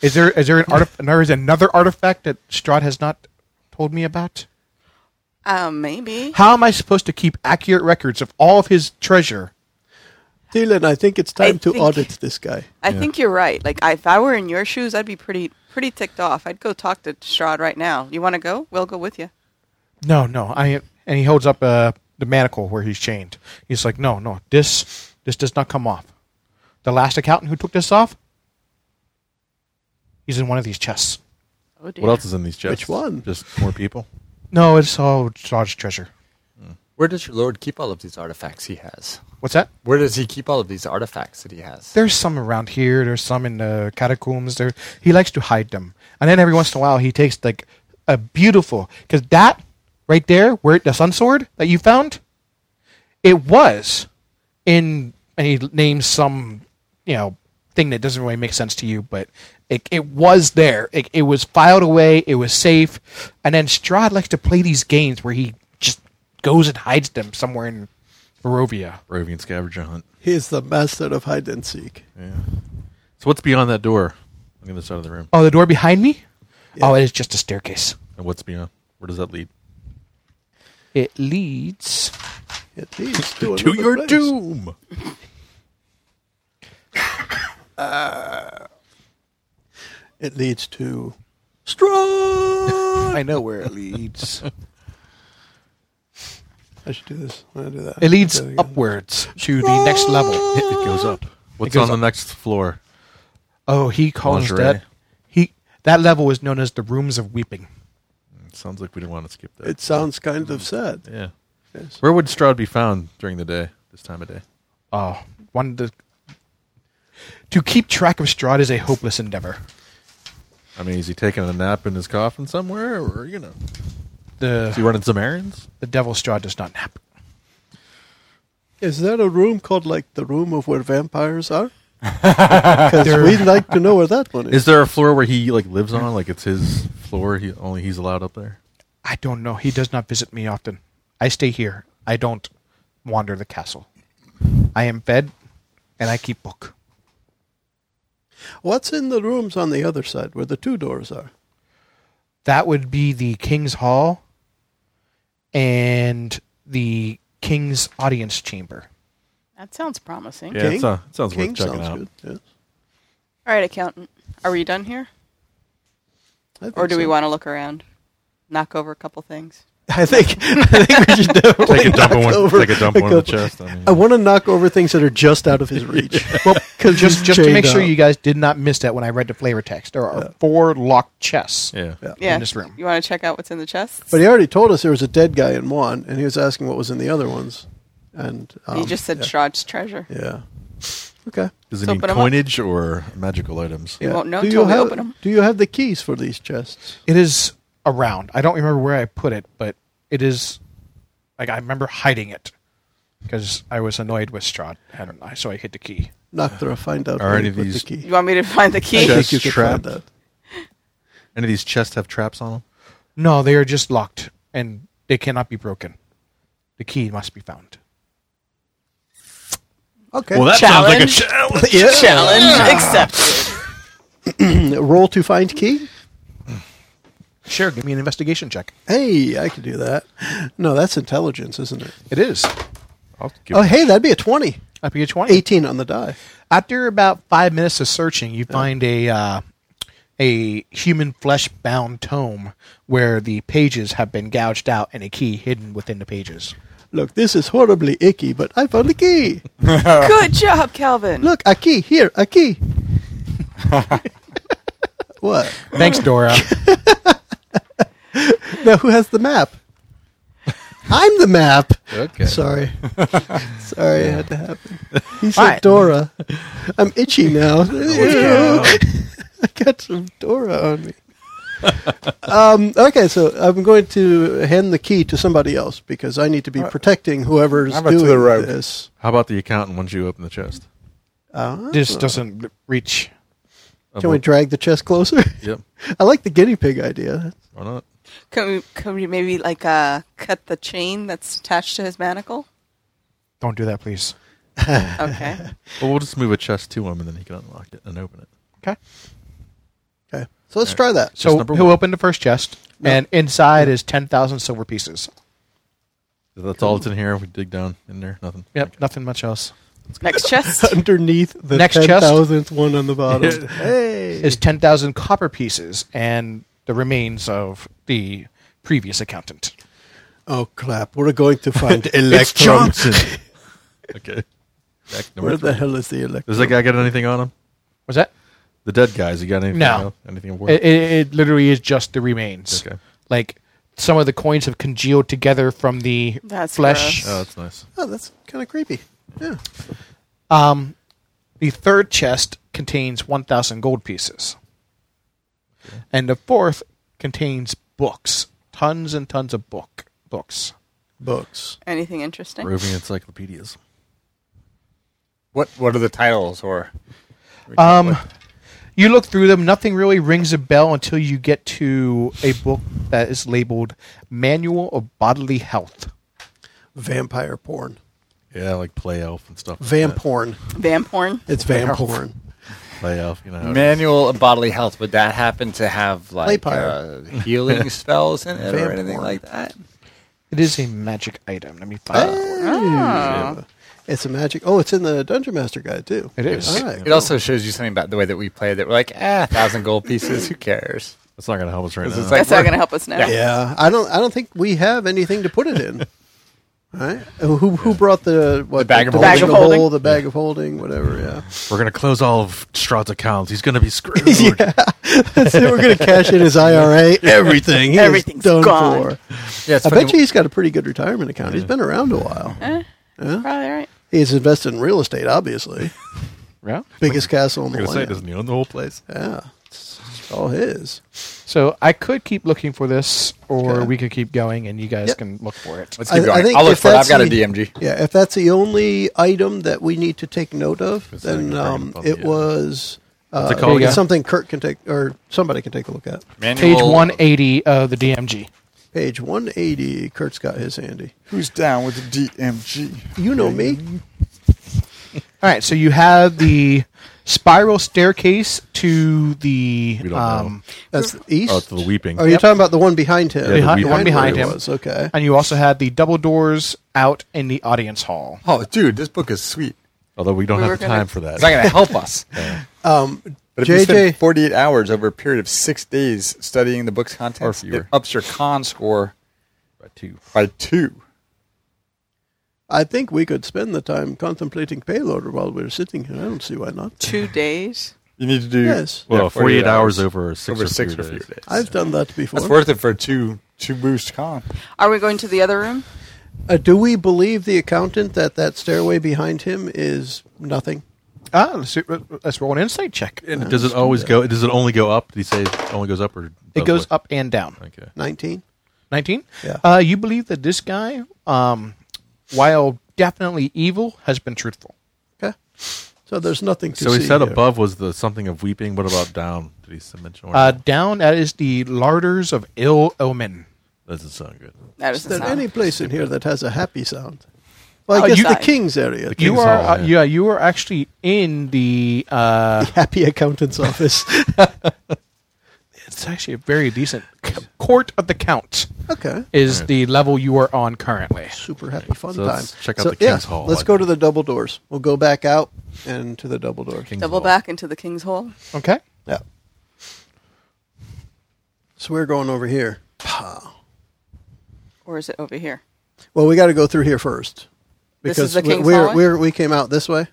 S6: Is there is there an artif- there is another artifact that Strahd has not told me about?
S3: Uh, maybe.
S6: How am I supposed to keep accurate records of all of his treasure?
S2: Dylan, I think it's time
S3: I
S2: to
S3: think-
S2: audit this guy.
S3: I think you're right. Like, I, if I were in your shoes, I'd be pretty pretty ticked off. I'd go talk to Strahd right now. You want to go? We'll go with you.
S6: No, no. I and he holds up uh, the manacle where he's chained. He's like, no, no. This this does not come off. The last accountant who took this off, he's in one of these chests.
S3: Oh dear.
S5: What else is in these chests?
S2: Which one?
S5: Just more people.
S6: No, it's all Strahd's treasure.
S4: Where does your lord keep all of these artifacts he has?
S6: What's that?
S4: Where does he keep all of these artifacts that he has?
S6: There's some around here. There's some in the catacombs. There, he likes to hide them. And then every once in a while, he takes like a beautiful because that right there, where the sun sword that you found, it was in. And he names some, you know, thing that doesn't really make sense to you, but it it was there. It, it was filed away. It was safe. And then Strahd likes to play these games where he just goes and hides them somewhere in Barovia.
S5: Rovian scavenger hunt.
S2: He is the master of hide and seek.
S5: So what's beyond that door on the other side of the room?
S6: Oh, the door behind me? Oh, it is just a staircase.
S5: And what's beyond? Where does that lead?
S6: It leads.
S2: At least to,
S5: To
S2: another
S5: your
S2: place.
S5: doom.
S2: It leads to Strahd.
S6: I know where it leads.
S2: I should do this. I'm gonna do that.
S6: it leads
S2: Okay, again.
S6: upwards to the next level.
S5: It goes up. What's
S6: goes
S5: on
S6: up.
S5: the next floor?
S6: Oh, he calls
S5: Lingerie.
S6: that he that level is known as the Rooms of Weeping.
S5: It sounds like we didn't want to skip that.
S2: It sounds kind of sad.
S5: yeah.
S2: Yes.
S5: Where would Stroud be found during the day? This time of day.
S6: Oh, one of the to keep track of Strahd is a hopeless endeavor.
S5: I mean, is he taking a nap in his coffin somewhere, or you know, is he
S6: The
S5: running some errands?
S6: the devil Strahd does not nap.
S2: Is there a room called like the room of where vampires are? Because we'd like to know where that one is.
S5: Is there a floor where he like lives on? Like it's his floor. He only he's allowed up there.
S6: I don't know. He does not visit me often. I stay here. I don't wander the castle. I am fed, and I keep book.
S2: What's in the rooms on the other side where the two doors are?
S6: that would be the king's hall and the king's audience chamber
S3: That sounds promising.
S5: Yeah,
S2: King?
S5: it, sounds- it sounds
S2: King
S5: worth checking
S2: sounds
S5: out.
S2: good. Yes.
S3: All right, accountant. Are we done here,
S2: I think
S3: or do we
S2: so.
S3: want to look around, knock over a couple things?
S2: I think I think we should definitely
S5: Take a dump in
S2: knock
S5: one.
S2: over
S5: Take a dump in one
S2: couple-
S5: of the chest. I mean,
S2: I want to knock over things that are just out of his reach. well, because
S6: just just to make sure you guys did not miss that when i read the flavor text there are four locked chests
S5: yeah.
S2: Yeah.
S3: Yeah.
S6: this room.
S3: You want to check out what's in the chests?
S2: But he already told us there was a dead guy in one, and he was asking what was in the other ones, and um,
S3: he just said
S2: yeah.
S3: Strahd's treasure.
S2: Yeah. Okay.
S5: Does it
S3: So
S5: mean
S3: open 'em up.
S5: coinage or magical items?
S3: We
S2: Yeah.
S3: won't know
S2: Do
S3: until
S2: you
S3: we
S2: have-
S3: open 'em.
S2: Do you have the keys for these chests?
S6: it is around i don't remember where i put it but it is like i remember hiding it because i was annoyed with strahd and I, so i hid the key
S2: Noctera, find out
S5: Are
S2: where
S5: any
S2: he
S5: of
S2: put
S5: these-
S2: the key.
S3: You want me to find the key?
S2: I
S5: Chests
S2: think you could find
S5: trapped?
S2: that.
S5: Any of these chests have traps on them?
S6: no they are just locked and they cannot be broken the key must be found
S2: Okay.
S5: that
S3: Challenge.
S5: challenge.
S2: Yeah.
S3: Challenge accepted.
S2: Roll to find key.
S6: sure give me an investigation check
S2: Hey, I could do that. No, that's intelligence, isn't it?
S6: it is
S5: I'll give
S2: Oh,
S5: it-
S2: hey, that'd be a 20.
S6: up to 20
S2: 18 on the die.
S6: after about five minutes of searching, you find a uh, a human flesh bound tome where the pages have been gouged out and a key hidden within the pages.
S2: Look, this is horribly icky, but I found a key. Uh,
S3: Good job, Calvin.
S2: Look, a key. Here, a key. what?
S6: Thanks, Dora.
S2: Now, who has the map? I'm the map.
S5: Okay.
S2: Sorry. Sorry, it had to happen. He said
S6: Alright.
S2: Dora. I'm itchy now. I got some Dora on me. um, okay, so I'm going to hand the key to somebody else because I need to be protecting whoever's
S7: How about to
S2: doing
S7: the rogue?
S2: this.
S5: How about the accountant once you open the chest?
S2: Uh,
S6: this doesn't reach.
S2: can we drag the chest closer?
S5: Yep.
S2: I like the guinea pig idea.
S5: Why not?
S3: Can we, can we maybe like uh, cut the chain that's attached to his manacle?
S6: Don't do that, please.
S3: Okay.
S5: Well, we'll just move a chest to him, and then he can unlock it and open it.
S6: Okay.
S2: Okay, so let's try that.
S6: So
S5: number
S6: who
S5: one.
S6: opened the first chest? And inside is ten thousand silver pieces.
S5: That's all that's in here. We dig down in there. Nothing.
S6: Yep, nothing much else.
S3: Next chest.
S2: Underneath the
S6: Next
S2: ten
S6: chest?
S2: thousandth one on the bottom.
S5: Eh.
S2: hey,
S6: Is ten thousand copper pieces and the remains of the previous accountant.
S2: oh crap! We're going to find
S5: It's
S2: Electrum.
S5: Johnson. okay. Back number
S2: Where
S5: three.
S2: the hell is the Electrum?
S5: Does that guy got anything on him?
S6: Was that?
S5: The dead guys. He got anything?
S6: No.
S5: on- Anything of worth?
S6: It, it, it literally is just the remains.
S5: Okay.
S6: Like some of the coins have congealed together from the
S3: That's
S6: flesh.
S3: gross.
S5: oh, that's nice.
S2: Oh, that's kind of creepy. Yeah.
S6: Um, The third chest contains 1,000 gold pieces. And the fourth contains books, tons and tons of book books.
S2: Books.
S3: Anything interesting?
S5: Roving encyclopedias.
S4: What What are the titles or?
S6: Um, you look through them, nothing really rings a bell until you get to a book that is labeled Manual of Bodily Health.
S2: Vampire porn.
S5: Yeah, like play elf and stuff. like
S2: Vamp
S5: that.
S2: porn.
S3: Vamp horn.
S2: It's vamp porn.
S5: Play elf. You know. how it is.
S4: Manual of bodily health. Would that happen to have like uh,
S2: Playpire.
S4: healing spells in it or
S2: Vampire.
S4: anything like that?
S6: It is a magic item. Let me find
S2: Ah.
S6: it.
S2: It's a magic. Oh, it's in the Dungeon Master guide too.
S6: It is.
S2: All right.
S4: It also shows you something about the way that we play that we're like, ah, thousand gold pieces. Who cares?
S5: That's not going to help us right
S4: This
S5: now.
S4: is like-
S3: That's not going to help us now.
S2: Yeah, I don't. I don't think we have anything to put it in. All right. Who who brought the what?
S4: The bag of
S2: the, bag of
S3: holding. Bag of holding.
S2: hole, the bag of holding, whatever. Yeah.
S5: We're going to close all of Strahd's accounts. He's going to be screwed.
S2: So we're gonna cash in his IRA. Everything. He is
S3: Everything's
S2: done
S3: gone.
S2: for.
S4: Yeah, it's
S2: I
S4: funny.
S2: bet you he's got a pretty good retirement account. He's been around a while.
S3: Probably right.
S2: He's invested in real estate, obviously.
S6: Yeah.
S2: Biggest castle in the
S5: We're going to say,
S2: land.
S5: doesn't he own the whole place?
S2: yeah. It's it's all his.
S6: So I could keep looking for this, or
S2: Okay.
S6: we could keep going, and you guys
S2: Yep.
S6: can look for it.
S4: Let's keep
S2: I- I
S4: going. I
S2: think
S4: will look
S2: if
S4: for it. I've
S2: that's
S4: got a
S2: the-
S4: DMG.
S2: Yeah, if that's the only item that we need to take note of,
S5: It's
S2: then
S5: like a
S2: um,
S5: button,
S2: it
S5: yeah.
S2: was uh,
S5: it called
S2: it's
S6: again?
S2: something Kurt can take or somebody can take a look at.
S6: Page 180 of the DMG.
S2: Page 180, Kurt's got his handy.
S7: Who's down with the DMG?
S2: You know me.
S6: All right, so you have the spiral staircase to the
S5: We don't
S6: um,
S2: That's the east.
S5: Oh, it's the weeping.
S2: Are you talking about the one behind him?
S5: Yeah, the Behind-
S2: the
S5: weeping
S2: one behind
S6: room.
S2: him. Was. Okay.
S6: and you also have the double doors out in the audience hall.
S4: Oh, dude, this book is sweet.
S5: Although we don't
S3: We were
S5: have the
S3: gonna-
S5: time for that.
S4: It's not going to help us. Um, But if you
S2: JJ,
S4: spend 48 hours over a period of six days studying the book's contents, it
S5: fewer.
S4: ups your con score
S5: By two.
S4: by two.
S2: I think we could spend the time contemplating payload while we're sitting here. I don't see why not.
S3: Two days.
S4: You need to do
S2: Yes.
S5: Well,
S4: Yeah,
S5: 48, hours over six
S4: over
S5: or
S4: six
S5: fewer
S4: or fewer
S5: days.
S4: days.
S2: I've done that before.
S4: That's worth it for two two boost con.
S3: Are we going to the other room?
S2: Uh, do we believe the accountant that that stairway behind him is nothing?
S6: Ah, let's, let's roll an insight check.
S5: And does it always go? Does it only go up? Did he say it only goes up or
S6: It
S5: both
S6: goes
S5: ways?
S6: up and down.
S5: Okay.
S2: 19?
S6: 19?
S2: Yeah.
S6: Uh, you believe that this guy, um, while definitely evil, has been truthful.
S2: Okay. So there's nothing to
S5: So he
S2: see
S5: said
S2: here.
S5: above was the something of weeping. What about down? Did he s- mention? or-
S6: Uh, down, that is the larders of ill omen.
S5: doesn't sound good.
S3: That
S2: Is
S3: doesn't
S2: there
S3: sound.
S2: any place in here that has a happy sound? Well, I
S6: Oh,
S2: guess
S6: you-
S2: the king's area. The
S6: You
S5: King's
S6: are,
S5: Hall,
S6: uh,
S5: yeah.
S6: yeah, you are actually in the. Uh,
S2: happy accountant's office.
S6: it's actually a very decent c- court of the count.
S2: okay.
S6: Is the level you are on currently?
S2: Super happy fun
S5: So
S2: time.
S5: let's check out
S2: So,
S5: the King's
S2: yeah,
S5: Hall.
S2: Let's go to the double doors. We'll go back out and to the double doors.
S5: King's
S3: Double
S5: Hall.
S3: back into the king's hall.
S6: Okay.
S2: Yeah. So we're going over here. Pow.
S3: Or is it over here?
S2: Well, we got to go through here first
S3: This is the
S2: we-
S3: King's
S2: we're,
S3: Hallway?
S2: we're, we came out this way.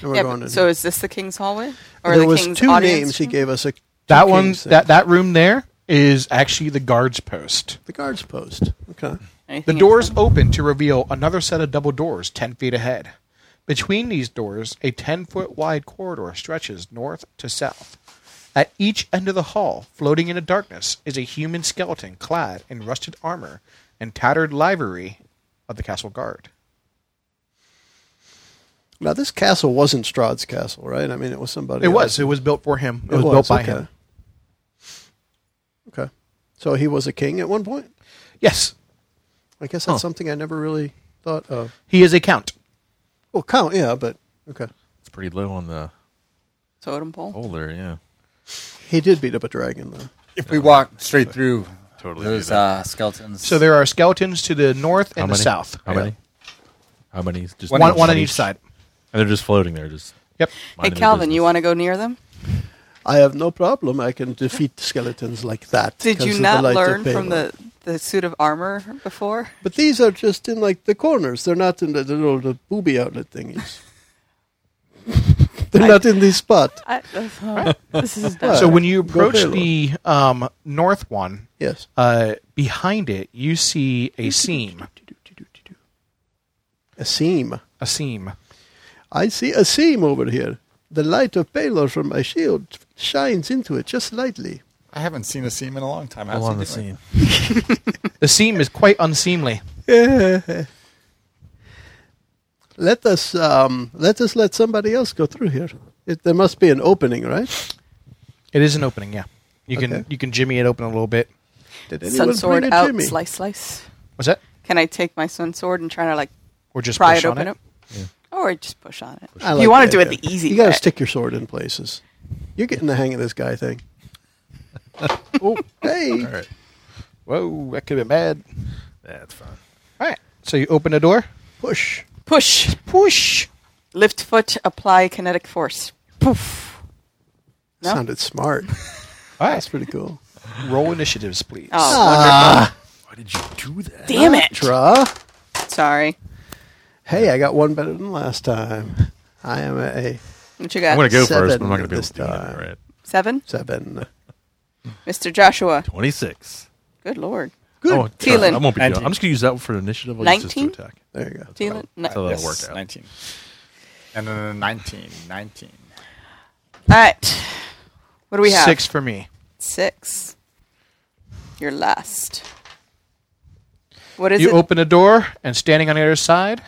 S2: And we're
S3: yeah,
S2: going
S3: but-
S2: in.
S3: so is this the King's hallway or
S2: there
S3: the
S2: was
S3: King's
S2: two
S3: audience
S2: names he
S3: room?
S2: gave us. A,
S6: That
S2: two
S6: one,
S2: kings thing.
S6: that that room there is actually the guards post.
S2: the guards post. Okay,
S6: The
S3: Anything
S6: doors
S3: else?
S6: open to reveal another set of double doors 10 feet ahead. Between these doors, a 10 foot wide corridor stretches north to south. At each end of the hall, floating in the darkness, is a human skeleton clad in rusted armor and tattered livery of the castle guard.
S2: now this castle wasn't Strahd's castle, right? I mean, it was somebody.
S6: It
S2: else.
S6: was. It was built for him. It, was, built by him.
S2: Okay, so he was a king at one point.
S6: Yes,
S2: I guess that's something I never really thought of.
S6: he is a count.
S2: Well, count, yeah, but okay,
S5: It's pretty low on the
S3: totem pole.
S5: hole there. Yeah,
S2: he did beat up a dragon though.
S4: If we walk straight through
S5: Totally
S4: those
S5: do that.
S4: uh, skeletons,
S6: So there are skeletons to the north and
S5: how
S6: the
S5: many?
S6: south.
S5: How
S6: Yeah.
S5: many? How many? Just
S6: One, one on each side.
S5: And they're just floating there. Just
S6: Yep.
S3: Hey
S5: minding their
S3: Calvin,
S5: business.
S3: you want to go near them?
S2: I have no problem. I can defeat skeletons like that.
S3: Did
S2: 'cause of
S3: you
S2: the
S3: not
S2: light of
S3: learn from
S2: Baylor.
S3: the, the suit of armor before?
S2: But these are just in like the corners. They're not in the, the little the booby outlet thingies. They're not in this spot.
S3: I, this is
S2: What?
S6: So when you
S2: Go
S6: approach
S2: Baylor.
S6: the um, north one,
S2: yes,
S6: uh, behind it you see a seam.
S2: a seam.
S6: A seam.
S2: I see a seam over here. The light of Baylor from my shield shines into it just lightly.
S4: I haven't seen a seam in a long time. How's
S5: Along
S4: he
S5: the
S4: doing?
S5: scene.
S6: The seam is quite unseemly.
S2: let us um, let us let somebody else go through here. It, there must be an opening, right?
S6: It is an opening, yeah. You can
S2: Okay.
S6: you can jimmy it open a little bit.
S2: Did
S3: sun sword
S2: bring a
S3: out,
S2: jimmy?
S3: slice, slice.
S6: What's that?
S3: Can I take my sun sword and try to like
S6: Or just
S3: pry
S6: push
S3: it
S6: on
S3: open
S6: it?
S3: up? Or just push on it.
S2: I
S3: If
S2: like
S3: you want
S2: that
S3: to do it
S2: idea.
S3: the easy
S2: You gotta
S3: way.
S2: stick your sword in places. You're getting the hang of this guy thing. oh, hey,
S5: All right,
S6: Whoa, that could have been bad.
S5: that's fine.
S6: All right. So you open the door.
S2: push.
S3: Push,
S6: Push.
S3: lift foot, apply kinetic force. Poof. No?
S2: Sounded smart.
S6: All
S2: That's
S6: right.
S2: pretty cool.
S6: Roll initiatives, please.
S3: Oh,
S5: Why did you do that?
S3: wonderful. damn it!
S2: Draw.
S3: Sorry.
S2: Hey, I got one better than last time. I am at a
S3: What you got?
S5: I'm gonna go
S2: Seven
S5: first, but I'm not gonna be able
S2: this
S5: to do it.
S2: time.
S5: All right,
S3: Seven,
S2: seven.
S3: Mr. Joshua.
S5: twenty-six.
S3: Good lord.
S5: Good. Oh,
S3: Thielen.
S5: I won't be.
S4: Nineteen.
S5: I'm just gonna use that for initiative. I'll use this to
S3: 19?
S5: attack.
S2: There you go.
S3: Thielen, no.
S5: So that'll
S4: Yes,
S5: work out.
S4: 19. And then 19. 19.
S3: All right. What do we have?
S6: Six for me.
S3: Six. Your last. What is
S6: you
S3: it?
S6: open the door, and standing on the other side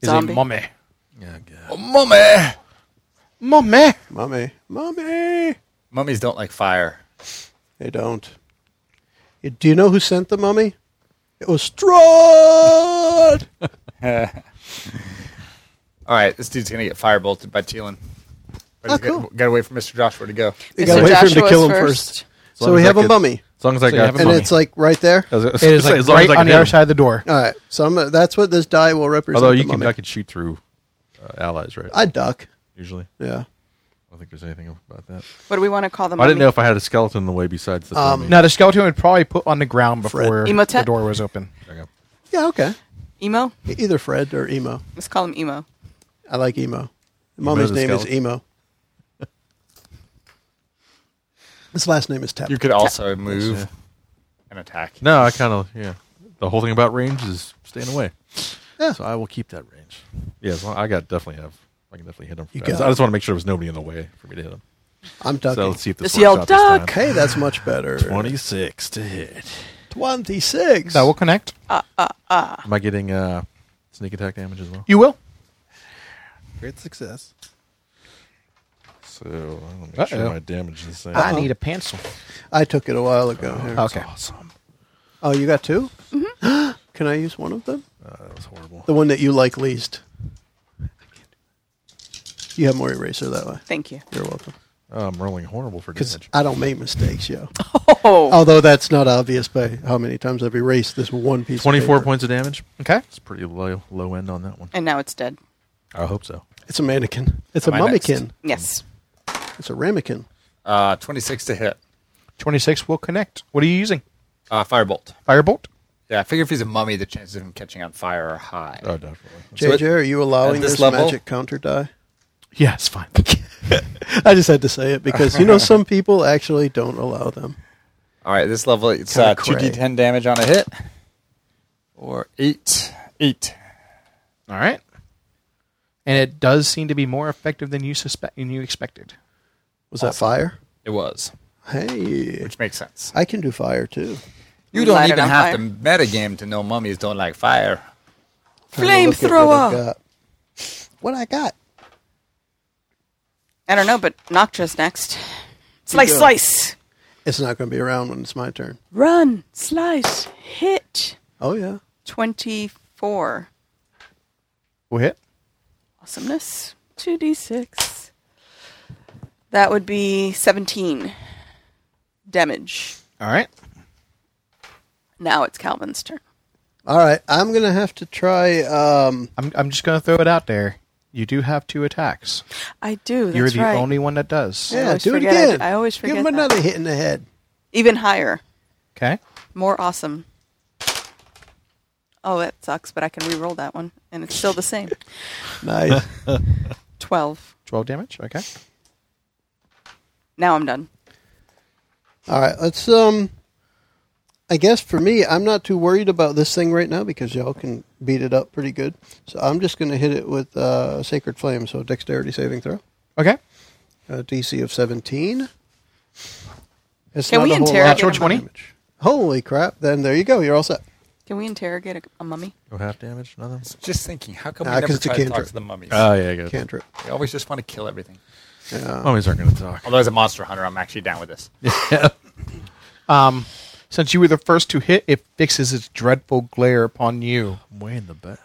S6: is
S3: Zombie.
S6: a mummy.
S5: Yeah, good.
S4: Oh, Mummy!
S6: Mummy.
S2: Mommy, mommy.
S4: Mummies don't like fire.
S2: They don't. You- Do you know who sent the mummy? It was Strahd.
S4: All right, this dude's going to get firebolted by Teelan. But he's
S2: Oh, cool.
S4: gotta- Gotta wait for Mr. Joshua to go.
S2: You
S3: Mr.
S2: gotta wait for him to
S3: Joshua's
S2: kill him first.
S5: As
S2: So
S5: long
S2: we
S5: as I
S2: have a
S5: could-
S2: mummy,
S5: As long as I
S6: So you
S5: got
S6: have a
S5: the
S2: and
S6: mummy.
S2: it's like right there.
S5: I was gonna
S6: It is
S5: say,
S6: like
S5: as long as
S6: right
S5: I
S6: on
S5: can
S6: the
S5: hit
S6: other
S5: him.
S6: side of the door.
S2: All right, so I'm, that's what this die will represent.
S5: Although
S2: the
S5: you can,
S2: mummy.
S5: I could shoot through uh, allies, right?
S2: I duck.
S5: Usually, I
S2: Yeah.
S5: don't think there's anything about that.
S3: What do we want to call them?
S5: I didn't know if I had a skeleton in the way besides the.
S2: Um,
S5: mummy.
S6: Now the skeleton would probably put on the ground before the
S3: Emotep?
S6: door was open.
S5: Okay.
S2: Yeah. Okay. E-,
S3: Emo?
S2: Either Fred or emo.
S3: Let's call him Emo.
S2: I like emo. Mommy's
S5: the
S2: name is
S5: skeleton.
S2: emo. His last name is Tap.
S4: You could also move and attack.
S5: No, I kind of yeah. The whole thing about range is staying away.
S2: Yeah.
S5: So I will keep that range. Yeah, as long, I got definitely have. I can definitely hit him.
S2: You
S5: I just,
S2: got
S5: I just want to make sure there was nobody in the way for me to hit him.
S2: I'm ducking.
S5: So let's see if this
S3: Just yell,
S5: works out this time.
S2: Okay, that's much better.
S5: Twenty-six to hit.
S2: 26.
S6: That will connect.
S5: Am I getting uh, sneak attack damage as well?
S6: You will.
S5: Great success. So I'm gonna make sure
S6: Uh-oh.
S5: my damage is the same.
S6: I need a pencil.
S2: I took it a while ago. Here.
S6: Okay.
S5: Awesome.
S2: Oh, you got 2 Mm-hmm. Can I use one of them?
S5: Uh, that was horrible.
S2: The one that you like least. You have more eraser that way.
S3: Thank you.
S2: You're welcome.
S5: Oh, I'm rolling horrible for
S2: Because
S5: damage.
S2: I don't make mistakes, yo.
S3: Oh,
S2: Although that's not obvious by how many times I've erased this one piece. of
S5: Twenty-four
S2: paper.
S5: points of damage.
S6: Okay.
S5: It's pretty low low end on that one.
S3: and now it's dead.
S5: I hope so.
S2: It's a mannequin. It's a
S4: Am I next?
S2: mummykin.
S3: Yes.
S2: It's a ramekin.
S4: Uh, 26 to hit.
S6: Twenty-six will connect. What are you using?
S4: Uh, firebolt.
S6: Firebolt.
S4: Yeah, I figure if he's a mummy, the chances of him catching on fire are high.
S5: Oh, definitely.
S4: So
S2: JJ,
S4: it-
S2: are you allowing
S4: at this
S2: this,
S4: level-
S2: magic counter die?
S6: Yeah, it's fine.
S2: I just had to say it because you know some people actually don't allow them.
S4: All right, this level it's
S2: Kinda
S4: uh, two
S2: cray.
S4: d10 damage on a hit, or eight, eight.
S6: All right. And it does seem to be more effective than you suspect than you expected.
S2: Was that fire?
S4: It was,
S2: Hey,
S4: which makes sense.
S2: I can do fire too.
S4: You
S3: We
S4: don't
S3: light it
S4: even
S3: on
S4: have
S3: fire.
S4: to metagame to know mummies don't like fire.
S2: Trying to look at what I
S3: Flamethrower.
S2: got. What I got?
S3: I don't know, but Noctra's next. Slice,
S2: go.
S3: slice.
S2: It's not going to be around when it's my turn.
S3: Run, slice, hit.
S2: Oh yeah,
S3: 24.
S6: Will hit.
S3: Awesomeness. 2d6. That would be 17 damage.
S6: All right.
S3: Now it's Calvin's turn.
S2: All right, I'm gonna have to try. Um,
S6: I'm I'm just gonna throw it out there. You do have two attacks.
S3: I do. That's
S6: You're the
S3: right.
S6: only one that does.
S2: yeah,
S3: always
S2: do it
S3: forget I
S2: again.
S3: d- I always
S2: Give
S3: forget
S2: him
S3: that.
S2: another hit in the head.
S3: Even higher.
S6: Okay.
S3: More awesome. Oh, that sucks, but I can re-roll that one, and it's still the same.
S2: Nice.
S3: 12.
S6: Twelve damage. Okay.
S3: Now I'm done.
S2: All right, let's. Um, I guess for me, I'm not too worried about this thing right now because y'all can beat it up pretty good. So I'm just gonna hit it with uh, sacred flame. So dexterity saving throw,
S6: Okay.
S2: a DC of 17. It's
S3: Can
S2: not
S3: we
S2: a whole lot
S3: interrogate
S6: Natural
S3: him?
S2: of
S6: 20?
S2: damage. Holy crap! Then there you go. You're all set.
S3: Can we interrogate a, a mummy?
S5: No half damage, nothing.
S4: Just thinking, how come
S2: Ah,
S4: we
S2: 'cause
S4: never
S2: it's a
S4: try to talk
S2: cantrip.
S4: to the mummies?
S5: Oh yeah, I got it.
S2: Cantrip.
S4: they always just want to kill everything.
S5: Mummies aren't going to talk.
S4: Although as a monster hunter, I'm actually down with this.
S6: Um, since you were the first to hit, it fixes its dreadful glare upon you.
S5: I'm way in the back.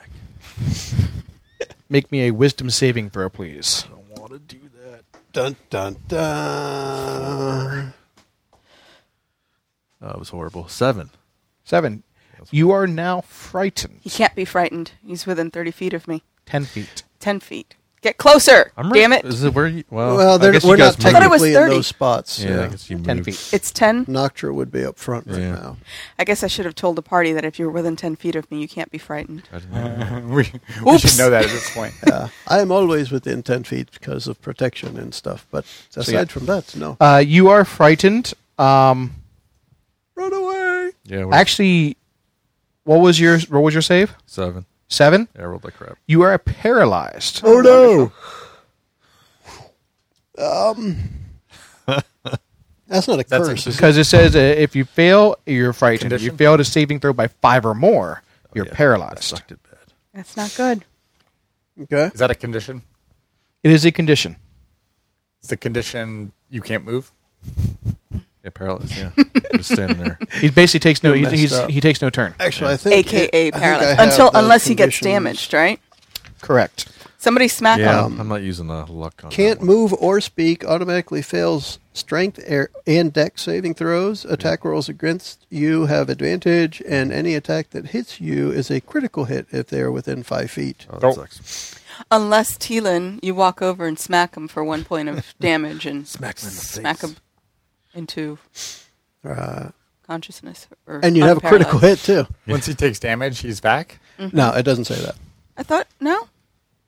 S6: Make me a wisdom saving throw, please.
S5: I want to do that.
S2: Dun dun dun.
S5: Oh, it was horrible. Seven.
S6: Seven. You are now frightened.
S3: He can't be frightened. He's within 30 feet of me.
S6: Ten feet.
S3: 10 feet. Get closer!
S5: re-
S3: Damn it!
S5: Is it where you? Well,
S2: Well,
S5: Oh, I
S2: they're,
S5: guess
S2: we're
S5: you guys
S2: not
S5: moved.
S3: I thought it was
S2: technically in
S3: 30.
S2: those spots.
S5: Yeah, I guess you moved.
S6: Ten feet.
S3: It's 10.
S2: Noctra would be up front right
S5: Yeah.
S2: now.
S3: I guess I should have told the party that if you're within 10 feet of me, you can't be frightened.
S5: I didn't know.
S4: we, we should
S3: Oops.
S4: know that at this point.
S2: Yeah, I am always within ten feet because of protection and stuff. But aside
S6: yeah.
S2: from that, no.
S6: Uh, you are frightened. Um,
S2: Run away!
S5: Yeah, we're
S6: actually, what was your what was your save?
S5: seven.
S6: Seven.
S5: Yeah, I rolled like crap.
S6: You are paralyzed.
S2: Oh no! Um, that's not a
S4: That's
S2: curse. is it?
S6: Because it says uh, if you fail, you're frightened. If you
S4: Condition?
S6: failed a saving throw by five or more, you're
S5: Yeah, that
S6: paralyzed.
S5: sucked it bad.
S3: That's not good.
S2: Okay.
S4: Is that a condition?
S6: It is a condition.
S4: It's a condition you can't move.
S5: Yeah, paralyzed. Yeah, just standing there.
S6: He basically takes no.
S2: You're
S6: He's,
S2: messed
S6: he's,
S2: up.
S6: he takes no turn.
S2: Actually, I think
S3: AKA
S2: I think I
S3: paralyzed.
S2: have
S3: Until,
S2: the
S3: unless he gets
S2: conditions.
S3: damaged, right?
S6: Correct.
S3: Somebody smack
S5: Yeah,
S3: him.
S5: Um, I'm not using the luck on. that
S2: Can't
S5: one.
S2: move or speak. Automatically fails strength air, and deck saving throws. Attack rolls against you have advantage, and any attack that hits you is a critical hit if they are within five feet.
S5: Oh, that
S4: Don't-
S5: sucks.
S3: Unless Teelan, you walk over and smack him for one point of damage and smack him, into
S2: Uh,
S3: consciousness. Or
S2: and you have a
S3: unparalyzed. Mm-hmm.
S2: critical hit too.
S4: Once he takes damage, he's back.
S2: No, it doesn't say that.
S3: I thought, no?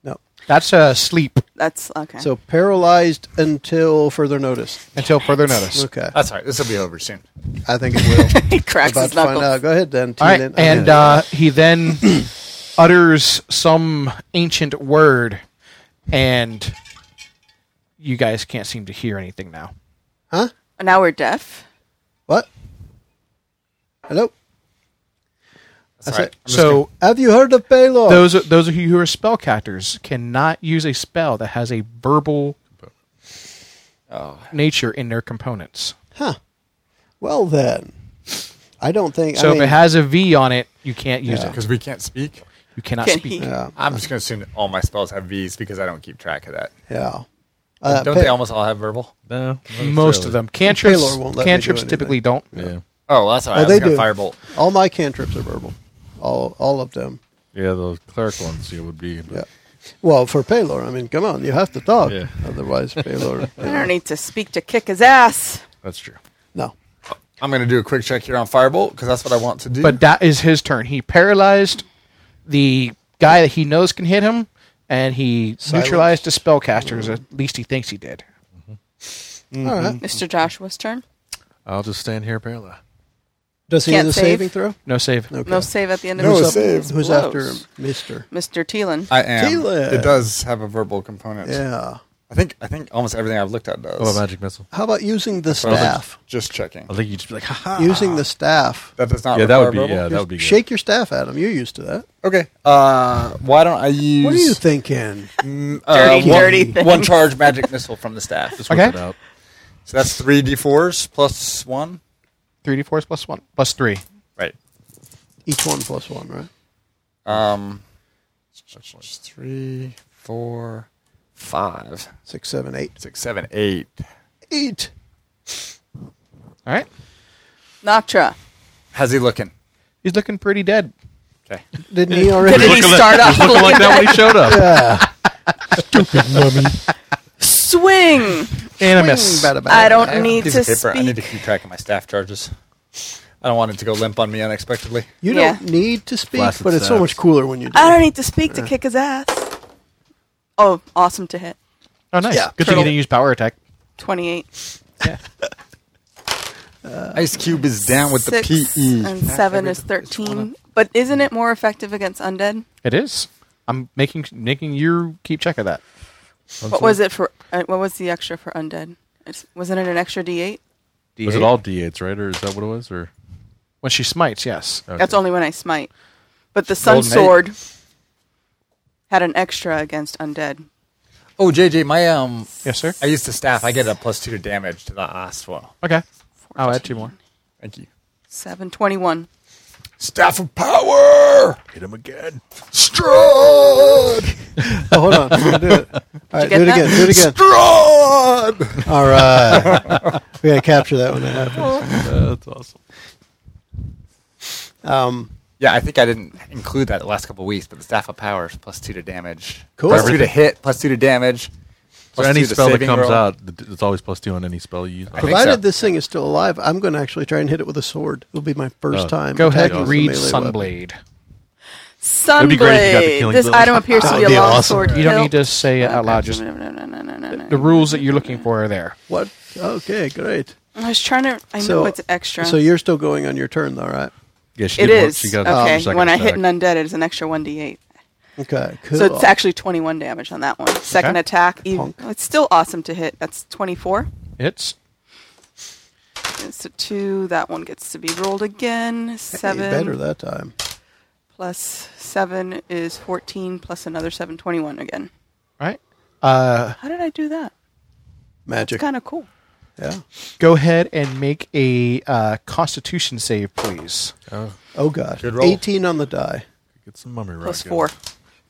S2: No.
S6: That's a sleep
S3: That's okay.
S2: So paralyzed until further notice.
S6: until further notice.
S2: Okay,
S4: That's all right. This will be over soon.
S2: I think it will.
S3: he cracks
S2: About
S3: his
S2: to find
S3: knuckles.
S2: out. Go ahead, then.
S6: All right,
S2: Tina. Okay.
S6: and uh, he then utters some ancient word, and you guys can't seem to hear anything now.
S2: huh?
S3: Now we're deaf.
S2: What? Hello.
S4: That's,
S2: That's
S4: all right.
S2: it.
S4: I'm just
S6: So
S2: Have you heard of Baylor?
S6: those those of you who are spellcasters cannot use a spell that has a verbal
S2: Oh.
S6: nature in their components.
S2: Well, then, I don't think.
S6: So
S2: I
S6: if it
S2: mean,
S6: has a V on it, you can't use it.
S4: because we can't speak.
S6: You cannot
S3: Can
S6: speak.
S3: he?
S2: yeah,
S4: I'm just going to assume that all my spells have V's because I don't keep track of that.
S2: yeah. Uh,
S4: don't
S2: Pa-
S4: they almost all have verbal?
S5: No, not
S6: Most of them cantrips.
S2: Paylor won't let me do
S6: Cantrips
S2: anything.
S6: typically don't.
S5: necessarily.
S4: Oh, well, that's all right.
S2: Oh,
S4: I was
S2: they
S4: going
S2: do.
S4: to firebolt.
S2: All my cantrips are verbal. All, all of them.
S5: Yeah, yeah, the cleric ones you would be.
S2: Yeah. Well, for Paylor, I mean, come on, you have to talk.
S5: Yeah.
S2: Otherwise, Paylor.
S3: I don't need to speak to kick his ass.
S5: That's true.
S2: no.
S4: I'm I'm going to do a quick check here on Firebolt because that's what I want to do.
S6: But that is his turn. He paralyzed the guy that he knows can hit him, and he neutralized the spellcasters. At least he thinks he did.
S2: All right.
S3: Mr. Joshua's turn.
S5: I'll just stand here parallel.
S2: Does he
S3: Can't
S2: have a
S3: save.
S2: saving throw?
S6: No save.
S3: No save at the end of
S7: No
S3: his
S2: Who's up-
S7: save.
S2: Who's
S3: Blows.
S2: after him? Mister?
S3: Mr. Thielen.
S4: I am.
S2: Caleb.
S4: It does have a verbal component.
S2: Yeah.
S4: I think I think almost everything I've looked at does.
S5: What about Oh, magic missile?
S2: How about using the
S4: So I was like,
S2: staff?
S4: Just checking.
S5: I think you just be like, haha.
S2: Using the staff.
S4: That does not.
S5: yeah, that would be.
S4: require
S5: Yeah,
S4: verbal?
S5: that would be. Good.
S2: Shake your staff at him. You're used to that.
S4: Okay. Uh, why don't I use?
S2: What are you thinking?
S4: uh,
S3: Dirty,
S4: one,
S3: dirty things.
S4: One charge magic missile from the staff.
S5: Just whip
S6: Okay.
S5: it out.
S4: So that's three d4s plus one.
S6: Three d fours plus one plus three.
S4: Right.
S2: Each one plus one, right?
S4: Um, three, four, five,
S2: Six, seven, eight.
S4: six, seven, eight.
S2: Eight.
S6: All right.
S3: Noctra.
S4: How's he looking?
S6: He's looking pretty dead. Eh,
S4: Okay.
S2: Didn't he
S3: Did
S2: already?
S3: he start off
S5: like that when he showed up.
S3: swing?
S6: And a miss.
S2: Bada, bada,
S3: I don't
S2: bada.
S3: need
S4: Piece
S3: to
S4: of paper. I need to
S3: speak.
S4: keep track of my staff charges. I don't want it to go limp on me unexpectedly.
S2: You
S3: Yeah.
S2: don't need to speak,
S5: Flaccid
S2: but it's so
S5: staff.
S2: much cooler when you do.
S3: I don't need to speak to kick his ass. Oh, awesome to hit.
S6: Oh, nice.
S2: Yeah.
S6: Good thing
S3: Turtle.
S6: he didn't use power attack.
S3: 28.
S4: Ice Cube is down with
S3: Six
S4: the E. PE.
S3: and 7 is 13. But isn't it more effective against undead?
S6: It is. I'm making making you keep check of that.
S3: What was it for? Uh, what was the extra for undead? It's, wasn't it an extra d8?
S5: Was it all D8s, right? Or is that what it was? Or
S6: When she smites, yes.
S5: okay.
S3: That's only when I smite. But the sun
S4: Golden eight.
S3: sword had an extra against undead.
S4: Oh, JJ, my um,
S6: Yes, sir.
S4: I used the staff. I get a plus two to damage to the last one.
S6: Okay. I'll add two more.
S4: Thank you.
S3: 7, 21.
S4: Staff of power.
S5: hit him again.
S4: Strud.
S2: Oh, hold on. We're gonna do it. All right,
S3: get
S2: do it
S3: that?
S2: again. Do it again.
S4: Strud.
S2: All right. we gotta capture that when it happens.
S5: That's awesome.
S2: Um,
S4: Yeah, I think I didn't include that the last couple of weeks, but the staff of power is plus two to damage.
S2: Cool.
S4: Plus two to hit. Plus two to damage.
S5: So
S4: plus
S5: any
S4: two to
S5: spell that
S4: saving
S5: comes
S4: roll.
S5: out, th- it's always plus two on any spell you use.
S4: I think so.
S2: provided this thing is still alive, I'm gonna actually try and hit it with a sword. It'll be my first
S5: Oh,
S2: time.
S6: Go ahead
S2: attacking with
S6: and
S2: a
S6: read
S2: melee weapon.
S6: Sunblade.
S3: Sunblade.
S5: be great if you got the killing
S3: this
S5: blow.
S3: item appears to
S2: That
S3: be a
S2: would be
S3: long
S2: awesome.
S3: sword.
S6: You don't
S3: hilt.
S6: need to say it out loud. Just the
S3: the
S6: rules that you're looking for are there.
S2: What? Okay, great.
S3: I was trying to. I
S2: So-
S3: know it's extra.
S2: So you're still going on your turn, though, right?
S5: Yeah, she
S3: it
S5: did one-
S3: is
S5: She got
S3: okay.
S5: second
S3: when I hit an undead,
S5: attack.
S3: it's an extra one d8.
S2: Okay, cool.
S3: So it's actually 21 damage on that one. Second
S6: Okay.
S3: attack, e-
S2: Punk.
S3: it's still awesome to hit. That's 24.
S6: It's
S3: It's a two. That one gets to be rolled again.
S2: Hey,
S3: Seven
S2: better that time.
S3: plus seven is 14. Plus another seven, 21 again.
S6: right. Uh,
S3: How did I do that?
S2: Magic.
S3: It's kind of cool.
S2: yeah.
S6: go ahead and make a uh, Constitution save, please.
S2: Oh gosh.
S4: Good roll.
S2: 18 on the die.
S5: Get some mummy
S3: Plus
S5: rocket.
S3: four,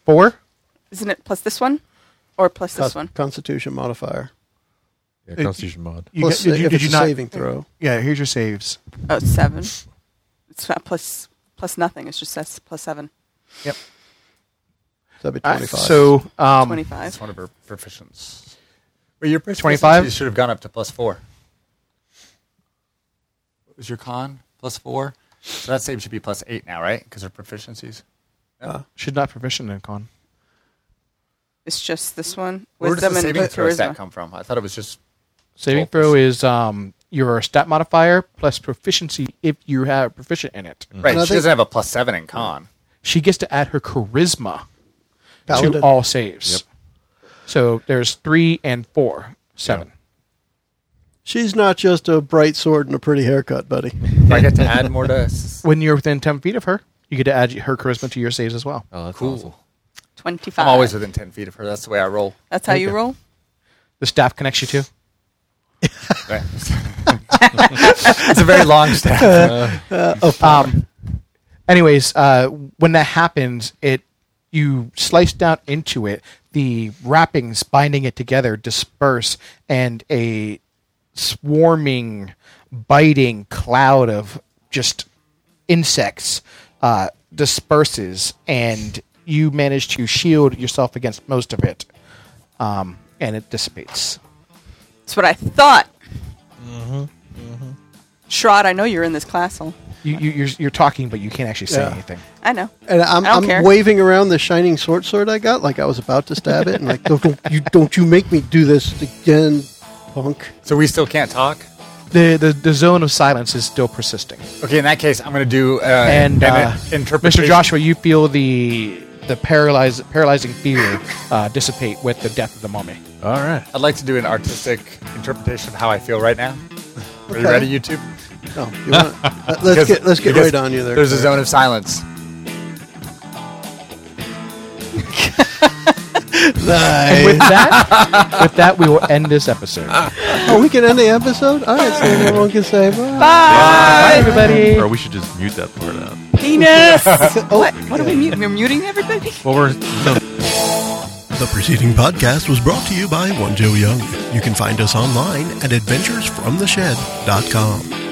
S6: Four.
S3: isn't it? Plus this one, or plus
S2: Con-
S3: this one?
S2: Constitution modifier.
S5: Yeah, Constitution mod.
S6: You
S2: Plus,
S6: got- did
S2: if
S6: you, did
S2: it's
S6: you
S2: a
S6: not?
S2: saving throw.
S6: Yeah, here's your saves.
S3: Oh, it's seven. It's not plus plus nothing. It's just that's plus seven.
S2: That'd be
S6: Uh,
S2: 25.
S6: so um,
S4: That's
S3: Twenty-five.
S4: one of her proficients. Well, your proficiency
S6: 25?
S4: should have gone up to plus four. What was your con? Plus four. So that save should be plus eight now, right? Because of proficiencies.
S6: should not proficient in con.
S3: It's just this one.
S4: Where does
S3: Wisdom
S4: the
S3: and
S4: saving throw stat
S3: charisma.
S4: come from? I thought it was just
S6: Saving
S4: Twelve
S6: throw is um, your stat modifier plus proficiency if you have proficient in it.
S5: Mm.
S4: right.
S2: And I
S4: She
S2: think-
S4: doesn't have a plus seven in con.
S6: She gets to add her charisma to
S2: Paladin.
S6: all saves. So there's three and four, seven.
S2: She's not just a bright sword and a pretty haircut, buddy.
S4: Do I get to add more to? s-
S6: When you're within ten feet of her, you get to add her charisma to your saves as well.
S5: Oh, that's
S4: Cool.
S5: awesome.
S3: Twenty-five.
S4: I'm always within ten feet of her. That's the way I roll.
S3: That's how you roll.
S6: The staff connects you to.
S4: Right. it's a very long staff.
S6: Um, anyways, uh, when that happens, it you slice down into it. The wrappings binding it together disperse, and a swarming, biting cloud of just insects uh, disperses, and you manage to shield yourself against most of it, um, and it dissipates.
S3: That's what I thought. Shrod, I know you're in this castle.
S6: You, you, you're, you're talking, but you can't actually say
S2: Yeah.
S6: anything.
S3: I know.
S2: And I'm,
S3: I don't
S2: I'm
S3: care.
S2: waving around the shining sword sword I got, like I was about to stab it, and like, don't, don't you don't you make me do this again, punk.
S4: So we still can't talk.
S6: The, the the zone of silence is still persisting.
S4: Okay, in that case, I'm going to do uh,
S6: and
S4: an
S6: uh,
S4: interpretation.
S6: Mr. Joshua, you feel the the paralyze, paralyzing fear uh, dissipate with the death of the mummy.
S5: All right.
S4: I'd like to do an artistic interpretation of how I feel right now. Are you
S2: Okay.
S4: ready, YouTube?
S2: No, you want uh, let's get let's get
S4: because
S2: right on you there.
S4: There's a zone of silence.
S6: And with
S2: Nice.
S6: that, with that, we will end this episode. Bye,
S2: oh, we can end the episode. All right, so everyone can say bye.
S3: Ah,
S6: everybody.
S5: Or we should just mute that part out.
S3: Penis.
S2: Oh,
S3: what? What are we muting? We're muting everybody.
S5: Well, we're
S1: The preceding podcast was brought to you by One Joe Young. You can find us online at adventuresfromtheshed.com.